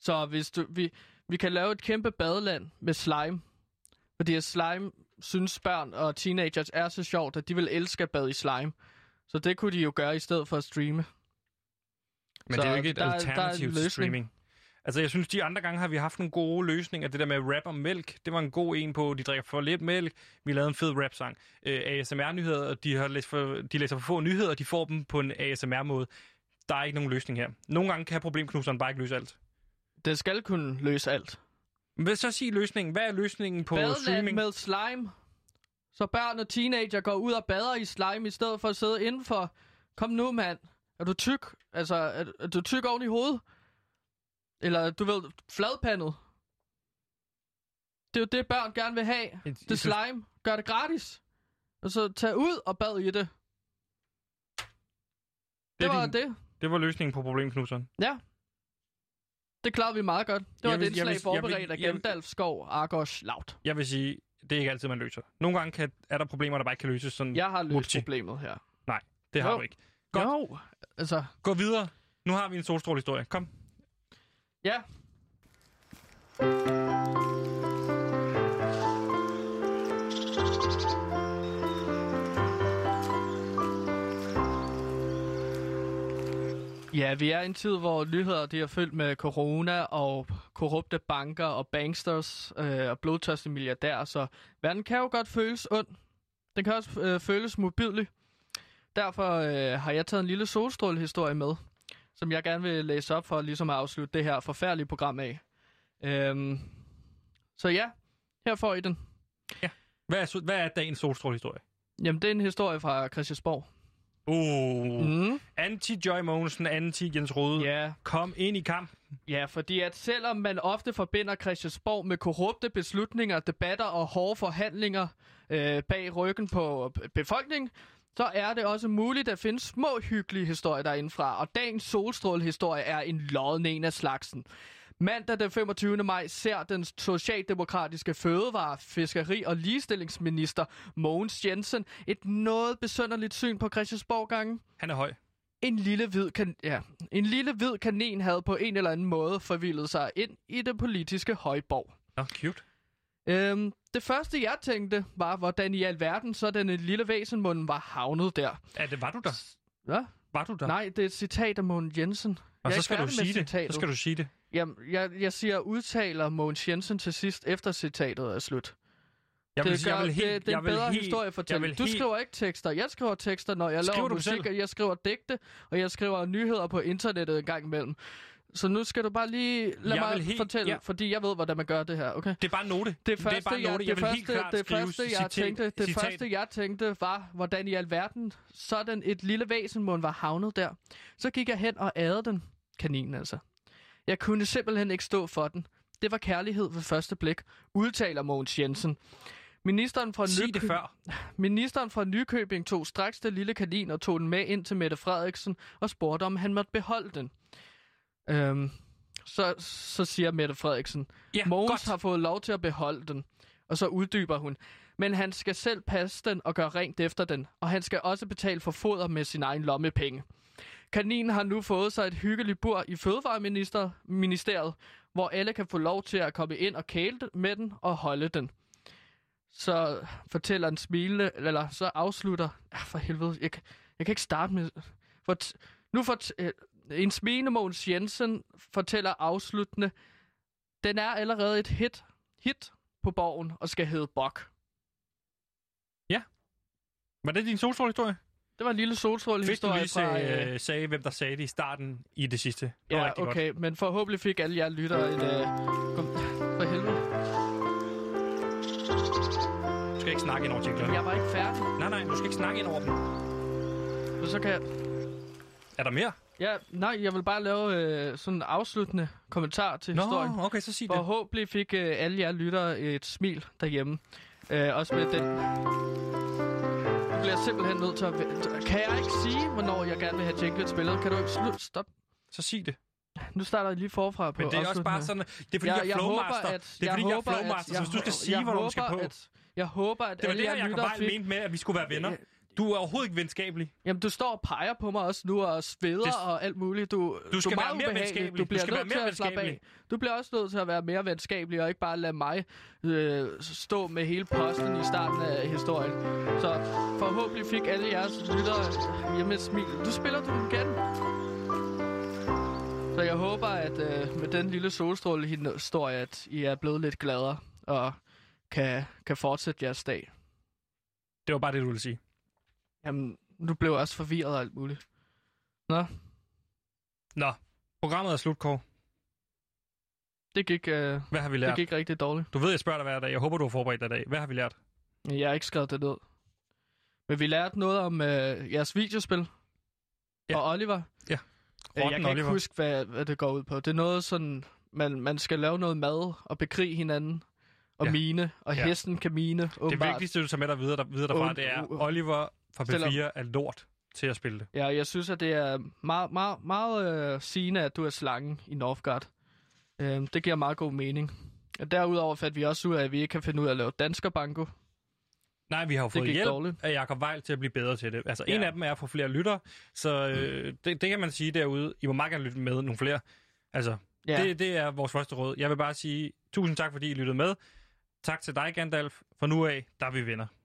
[SPEAKER 1] Så hvis du, vi, vi kan lave et kæmpe badeland med slime. Fordi at slime synes børn og teenagers er så sjovt, at de vil elske at bade i slime. Så det kunne de jo gøre i stedet for at streame.
[SPEAKER 2] Men så
[SPEAKER 1] Så
[SPEAKER 2] det er jo ikke et
[SPEAKER 1] der er- der er en
[SPEAKER 2] alternativ til
[SPEAKER 1] løsning.
[SPEAKER 2] streaming. Altså, jeg synes, de andre gange har vi haft nogle gode løsninger. Det der med rap om mælk, det var en god en på, de drikker for lidt mælk. Vi lavede en fed rap-sang. Øh, ASMR-nyheder, og de, har læst for, de læser for få nyheder, og de får dem på en ASMR-måde. Der er ikke nogen løsning her. Nogle gange kan problemknuseren bare ikke løse alt.
[SPEAKER 1] Det skal kunne løse alt.
[SPEAKER 2] Men så sig løsningen. Hvad er løsningen på
[SPEAKER 1] Badeland
[SPEAKER 2] streaming?
[SPEAKER 1] med slime. Så børn og teenager går ud og bader i slime, i stedet for at sidde indenfor. Kom nu, mand. Er du tyk? Altså, er, er du tyk oven i hovedet? Eller du ved, fladpandet. Det er jo det, børn gerne vil have.
[SPEAKER 2] Et-
[SPEAKER 1] Det
[SPEAKER 2] et-
[SPEAKER 1] slime. Gør det gratis. Og så tag ud og bad i det. Det
[SPEAKER 2] er
[SPEAKER 1] var
[SPEAKER 2] din-
[SPEAKER 1] det.
[SPEAKER 2] Det var løsningen på problemknuseren.
[SPEAKER 1] Ja. Det klarede vi meget godt. Det var
[SPEAKER 2] Jeg
[SPEAKER 1] et
[SPEAKER 2] vil- jeg
[SPEAKER 1] indslag
[SPEAKER 2] vil- jeg
[SPEAKER 1] forberedt
[SPEAKER 2] vil-
[SPEAKER 1] af
[SPEAKER 2] jeg vil-
[SPEAKER 1] Gandalf, Skov, Argos, Laut.
[SPEAKER 2] Jeg vil sige, det er ikke altid, man løser. Nogle gange kan, er der problemer, der bare ikke kan løses. Sådan,
[SPEAKER 1] Jeg har løst
[SPEAKER 2] Multi.
[SPEAKER 1] problemet her.
[SPEAKER 2] Nej, det har
[SPEAKER 1] Jo.
[SPEAKER 2] du ikke. Godt.
[SPEAKER 1] Jo, altså,
[SPEAKER 2] Gå videre. Nu har vi en solstrålehistorie. Kom.
[SPEAKER 1] ja. Ja, vi er i en tid, hvor nyheder de er fyldt med corona og korrupte banker og banksters øh, og blodtørste milliardærer, så verden kan jo godt føles ond. Den kan også øh, føles modbydelig. Derfor øh, har jeg taget en lille solstrålehistorie med, som jeg gerne vil læse op for ligesom at afslutte det her forfærdelige program af. Øhm, så ja, her får I den.
[SPEAKER 2] Hvad er, so- hvad er dagens solstrålehistorie?
[SPEAKER 1] Jamen, det er en historie fra Christiansborg.
[SPEAKER 2] Uh. Mm.
[SPEAKER 1] Mm.
[SPEAKER 2] Anti-Joy Mogensen, anti-Jens Rode.
[SPEAKER 1] Ja,
[SPEAKER 2] Kom ind i kamp.
[SPEAKER 1] ja, fordi at selvom man ofte forbinder Christiansborg med korrupte beslutninger, debatter og hårde forhandlinger øh, bag ryggen på øh, befolkningen, så er det også muligt at finde små hyggelige historier derindefra, og dagens solstrålehistorie er en lodden en af slagsen. Mandag den 25. maj ser den socialdemokratiske fødevare, fiskeri og ligestillingsminister Mogens Jensen et noget besønderligt syn på Christiansborg-gangen.
[SPEAKER 2] Han er høj.
[SPEAKER 1] En lille, hvid kan- ja. en lille hvid kanin havde på en eller anden måde forvildet sig ind i det politiske højborg.
[SPEAKER 2] Nå, cute.
[SPEAKER 1] Øhm, det første, jeg tænkte, var, hvordan i alverden så den lille væsenmund var havnet der.
[SPEAKER 2] Ja, det var du der.
[SPEAKER 1] Hvad?
[SPEAKER 2] Var du der?
[SPEAKER 1] Nej, det er et citat af Mogens Jensen.
[SPEAKER 2] Og
[SPEAKER 1] jeg er
[SPEAKER 2] så
[SPEAKER 1] ikke
[SPEAKER 2] skal du
[SPEAKER 1] færdig med
[SPEAKER 2] sige det.
[SPEAKER 1] citatet.
[SPEAKER 2] Så skal du sige det.
[SPEAKER 1] Jamen, jeg, jeg siger, udtaler Mogens Jensen til sidst, efter citatet er slut.
[SPEAKER 2] Jeg
[SPEAKER 1] det, gør, det, det er en bedre historie for
[SPEAKER 2] jeg vil
[SPEAKER 1] Du
[SPEAKER 2] helt-
[SPEAKER 1] skriver ikke tekster. Jeg skriver tekster, når jeg
[SPEAKER 2] Skriver
[SPEAKER 1] laver
[SPEAKER 2] du dem
[SPEAKER 1] musik,
[SPEAKER 2] selv?
[SPEAKER 1] og jeg skriver digte, og jeg skriver nyheder på internettet en gang imellem. Så nu skal du bare lige lade
[SPEAKER 2] Jeg
[SPEAKER 1] mig
[SPEAKER 2] vil helt-
[SPEAKER 1] fortælle,
[SPEAKER 2] ja.
[SPEAKER 1] fordi jeg ved, hvordan man gør det her, okay?
[SPEAKER 2] Det er bare en note.
[SPEAKER 1] Det
[SPEAKER 2] det er
[SPEAKER 1] første,
[SPEAKER 2] bare en note.
[SPEAKER 1] jeg,
[SPEAKER 2] jeg
[SPEAKER 1] det
[SPEAKER 2] vil helt
[SPEAKER 1] første,
[SPEAKER 2] klart
[SPEAKER 1] det
[SPEAKER 2] skrive
[SPEAKER 1] første, jeg
[SPEAKER 2] citat-
[SPEAKER 1] tænkte, det
[SPEAKER 2] citat.
[SPEAKER 1] første, jeg tænkte var, hvordan i alverden sådan et lille væsenmund var havnet der. Så gik jeg hen og adede den. Kaninen altså. Jeg kunne simpelthen ikke stå for den. Det var kærlighed ved første blik, udtaler Mogens Jensen. Ministeren fra
[SPEAKER 2] Sig det
[SPEAKER 1] Nykøbing...
[SPEAKER 2] før.
[SPEAKER 1] Ministeren fra Nykøbing tog straks det lille kanin og tog den med ind til Mette Frederiksen og spurgte, om han måtte beholde den. Øhm, så, så siger Mette Frederiksen,
[SPEAKER 2] Ja,
[SPEAKER 1] Mogens
[SPEAKER 2] godt.
[SPEAKER 1] har fået lov til at beholde den. Og så uddyber hun, men han skal selv passe den og gøre rent efter den, og han skal også betale for foder med sin egen lommepenge. Kaninen har nu fået sig et hyggeligt bur i Fødevareministeriet, hvor alle kan få lov til at komme ind og kæle med den og holde den så fortæller en smilende, eller så afslutter... Ah, for helvede, jeg, kan- jeg kan ikke starte med... For, nu fort, øh, en smilende Mogens Jensen fortæller afsluttende, den er allerede et hit, hit på borgen og skal hedde Bok.
[SPEAKER 2] Var det din solstrålehistorie?
[SPEAKER 1] Det var en lille
[SPEAKER 2] Fik du
[SPEAKER 1] solstrålehistorie
[SPEAKER 2] lige
[SPEAKER 1] fra...
[SPEAKER 2] sagde,
[SPEAKER 1] Øh,
[SPEAKER 2] øh, sagde, hvem der sagde det i starten i det sidste? Det var
[SPEAKER 1] ja,
[SPEAKER 2] rigtig godt.
[SPEAKER 1] okay, men forhåbentlig fik alle jer lyttere en... Øh, kom, for helvede,
[SPEAKER 2] Du skal ikke snakke ind over jinglerne.
[SPEAKER 1] jeg var ikke færdig,
[SPEAKER 2] Nej, nej, du skal ikke snakke ind over dem.
[SPEAKER 1] og så kan jeg...
[SPEAKER 2] Er der mere?
[SPEAKER 1] Ja, nej, jeg vil bare lave øh, sådan en afsluttende kommentar til historien.
[SPEAKER 2] Nå, okay, så sig det.
[SPEAKER 1] Forhåbentlig fik øh, alle jer lyttere et smil derhjemme. Øh, også med den... Nu bliver jeg simpelthen nødt til at... vente. Kan jeg ikke sige, hvornår jeg gerne vil have jinglet spillet? Kan du ikke slut? Stop.
[SPEAKER 2] Så sig det.
[SPEAKER 1] Nu starter jeg lige forfra på
[SPEAKER 2] Men det er også
[SPEAKER 1] afslutningen
[SPEAKER 2] bare
[SPEAKER 1] her.
[SPEAKER 2] sådan, det er fordi, jeg, jeg er flowmaster. det er fordi, jeg, er flowmaster, så hvis du skal sige, hvornår du skal på.
[SPEAKER 1] At, jeg håber, at
[SPEAKER 2] det var
[SPEAKER 1] alle
[SPEAKER 2] det,
[SPEAKER 1] jer
[SPEAKER 2] jeg Jacob
[SPEAKER 1] lyttere
[SPEAKER 2] Weil
[SPEAKER 1] fik...
[SPEAKER 2] mente med, at vi skulle være venner. Du er overhovedet ikke venskabelig.
[SPEAKER 1] Jamen, du står og peger på mig også nu og sveder
[SPEAKER 2] Det-
[SPEAKER 1] og alt muligt. Du,
[SPEAKER 2] skal
[SPEAKER 1] du er
[SPEAKER 2] være
[SPEAKER 1] meget
[SPEAKER 2] mere
[SPEAKER 1] ubehagelig. Du
[SPEAKER 2] venskabelig. Du
[SPEAKER 1] bliver
[SPEAKER 2] skal være
[SPEAKER 1] nødt til
[SPEAKER 2] mere
[SPEAKER 1] at slappe af.
[SPEAKER 2] venskabelig.
[SPEAKER 1] Du bliver også nødt til at være mere venskabelig og ikke bare lade mig øh, stå med hele posten i starten af historien. Så forhåbentlig fik alle jeres lyttere hjemme et smil. Du spiller du den igen. Så jeg håber, at øh, med den lille solstrålehistorie, at I er blevet lidt gladere og kan, kan fortsætte jeres dag.
[SPEAKER 2] Det var bare det, du ville sige.
[SPEAKER 1] Jamen, nu blev jeg også forvirret og alt muligt. Nå,
[SPEAKER 2] Nå, programmet er slut, Kåre.
[SPEAKER 1] det gik... Øh,
[SPEAKER 2] Hvad har vi
[SPEAKER 1] Det
[SPEAKER 2] lært?
[SPEAKER 1] gik rigtig dårligt.
[SPEAKER 2] Du ved, jeg spørger dig hver dag. Jeg håber, du har forberedt dig i dag. Hvad har vi lært?
[SPEAKER 1] Men Jeg har ikke skrevet det ned. Men vi lærte noget om øh, jeres videospil.
[SPEAKER 2] Ja.
[SPEAKER 1] Ja. Og Oliver.
[SPEAKER 2] Ja.
[SPEAKER 1] Øh, Jeg
[SPEAKER 2] Rotten
[SPEAKER 1] kan ikke
[SPEAKER 2] Oliver.
[SPEAKER 1] huske, hvad, hvad det går ud på. Det er noget sådan, man, man skal lave noget mad og bekrige hinanden og
[SPEAKER 2] Ja.
[SPEAKER 1] ja. mine, og
[SPEAKER 2] Ja.
[SPEAKER 1] ja. hesten kan mine,
[SPEAKER 2] Det
[SPEAKER 1] åbenbart.
[SPEAKER 2] vigtigste, du tager med dig videre, der, videre derfra,
[SPEAKER 1] Und-
[SPEAKER 2] det er,
[SPEAKER 1] uh-
[SPEAKER 2] Oliver fra
[SPEAKER 1] Stiller-
[SPEAKER 2] B4 er lort til at spille det.
[SPEAKER 1] Ja, jeg synes, at det er meget, meget, meget øh, sigende, at du er slangen i Northgard. Øh, det giver meget god mening. Og Derudover fandt vi også ud af, at vi ikke kan finde ud af at lave danskerbanko.
[SPEAKER 2] Nej, vi har jo
[SPEAKER 1] Det
[SPEAKER 2] fået
[SPEAKER 1] gik
[SPEAKER 2] hjælp
[SPEAKER 1] dårligt.
[SPEAKER 2] af Jacob Vejl til at blive bedre til det. Altså, ja.
[SPEAKER 1] Ja.
[SPEAKER 2] en
[SPEAKER 1] Mm.
[SPEAKER 2] af dem er at få flere lytter, så øh, det, det kan man sige derude. I må meget gerne lytte med nogle flere. Altså, ja.
[SPEAKER 1] Ja,
[SPEAKER 2] det, det er vores første råd. Jeg vil bare sige tusind tak, fordi I lyttede med. Tak til dig, Gandalf. Fra nu af, der er vi vinder.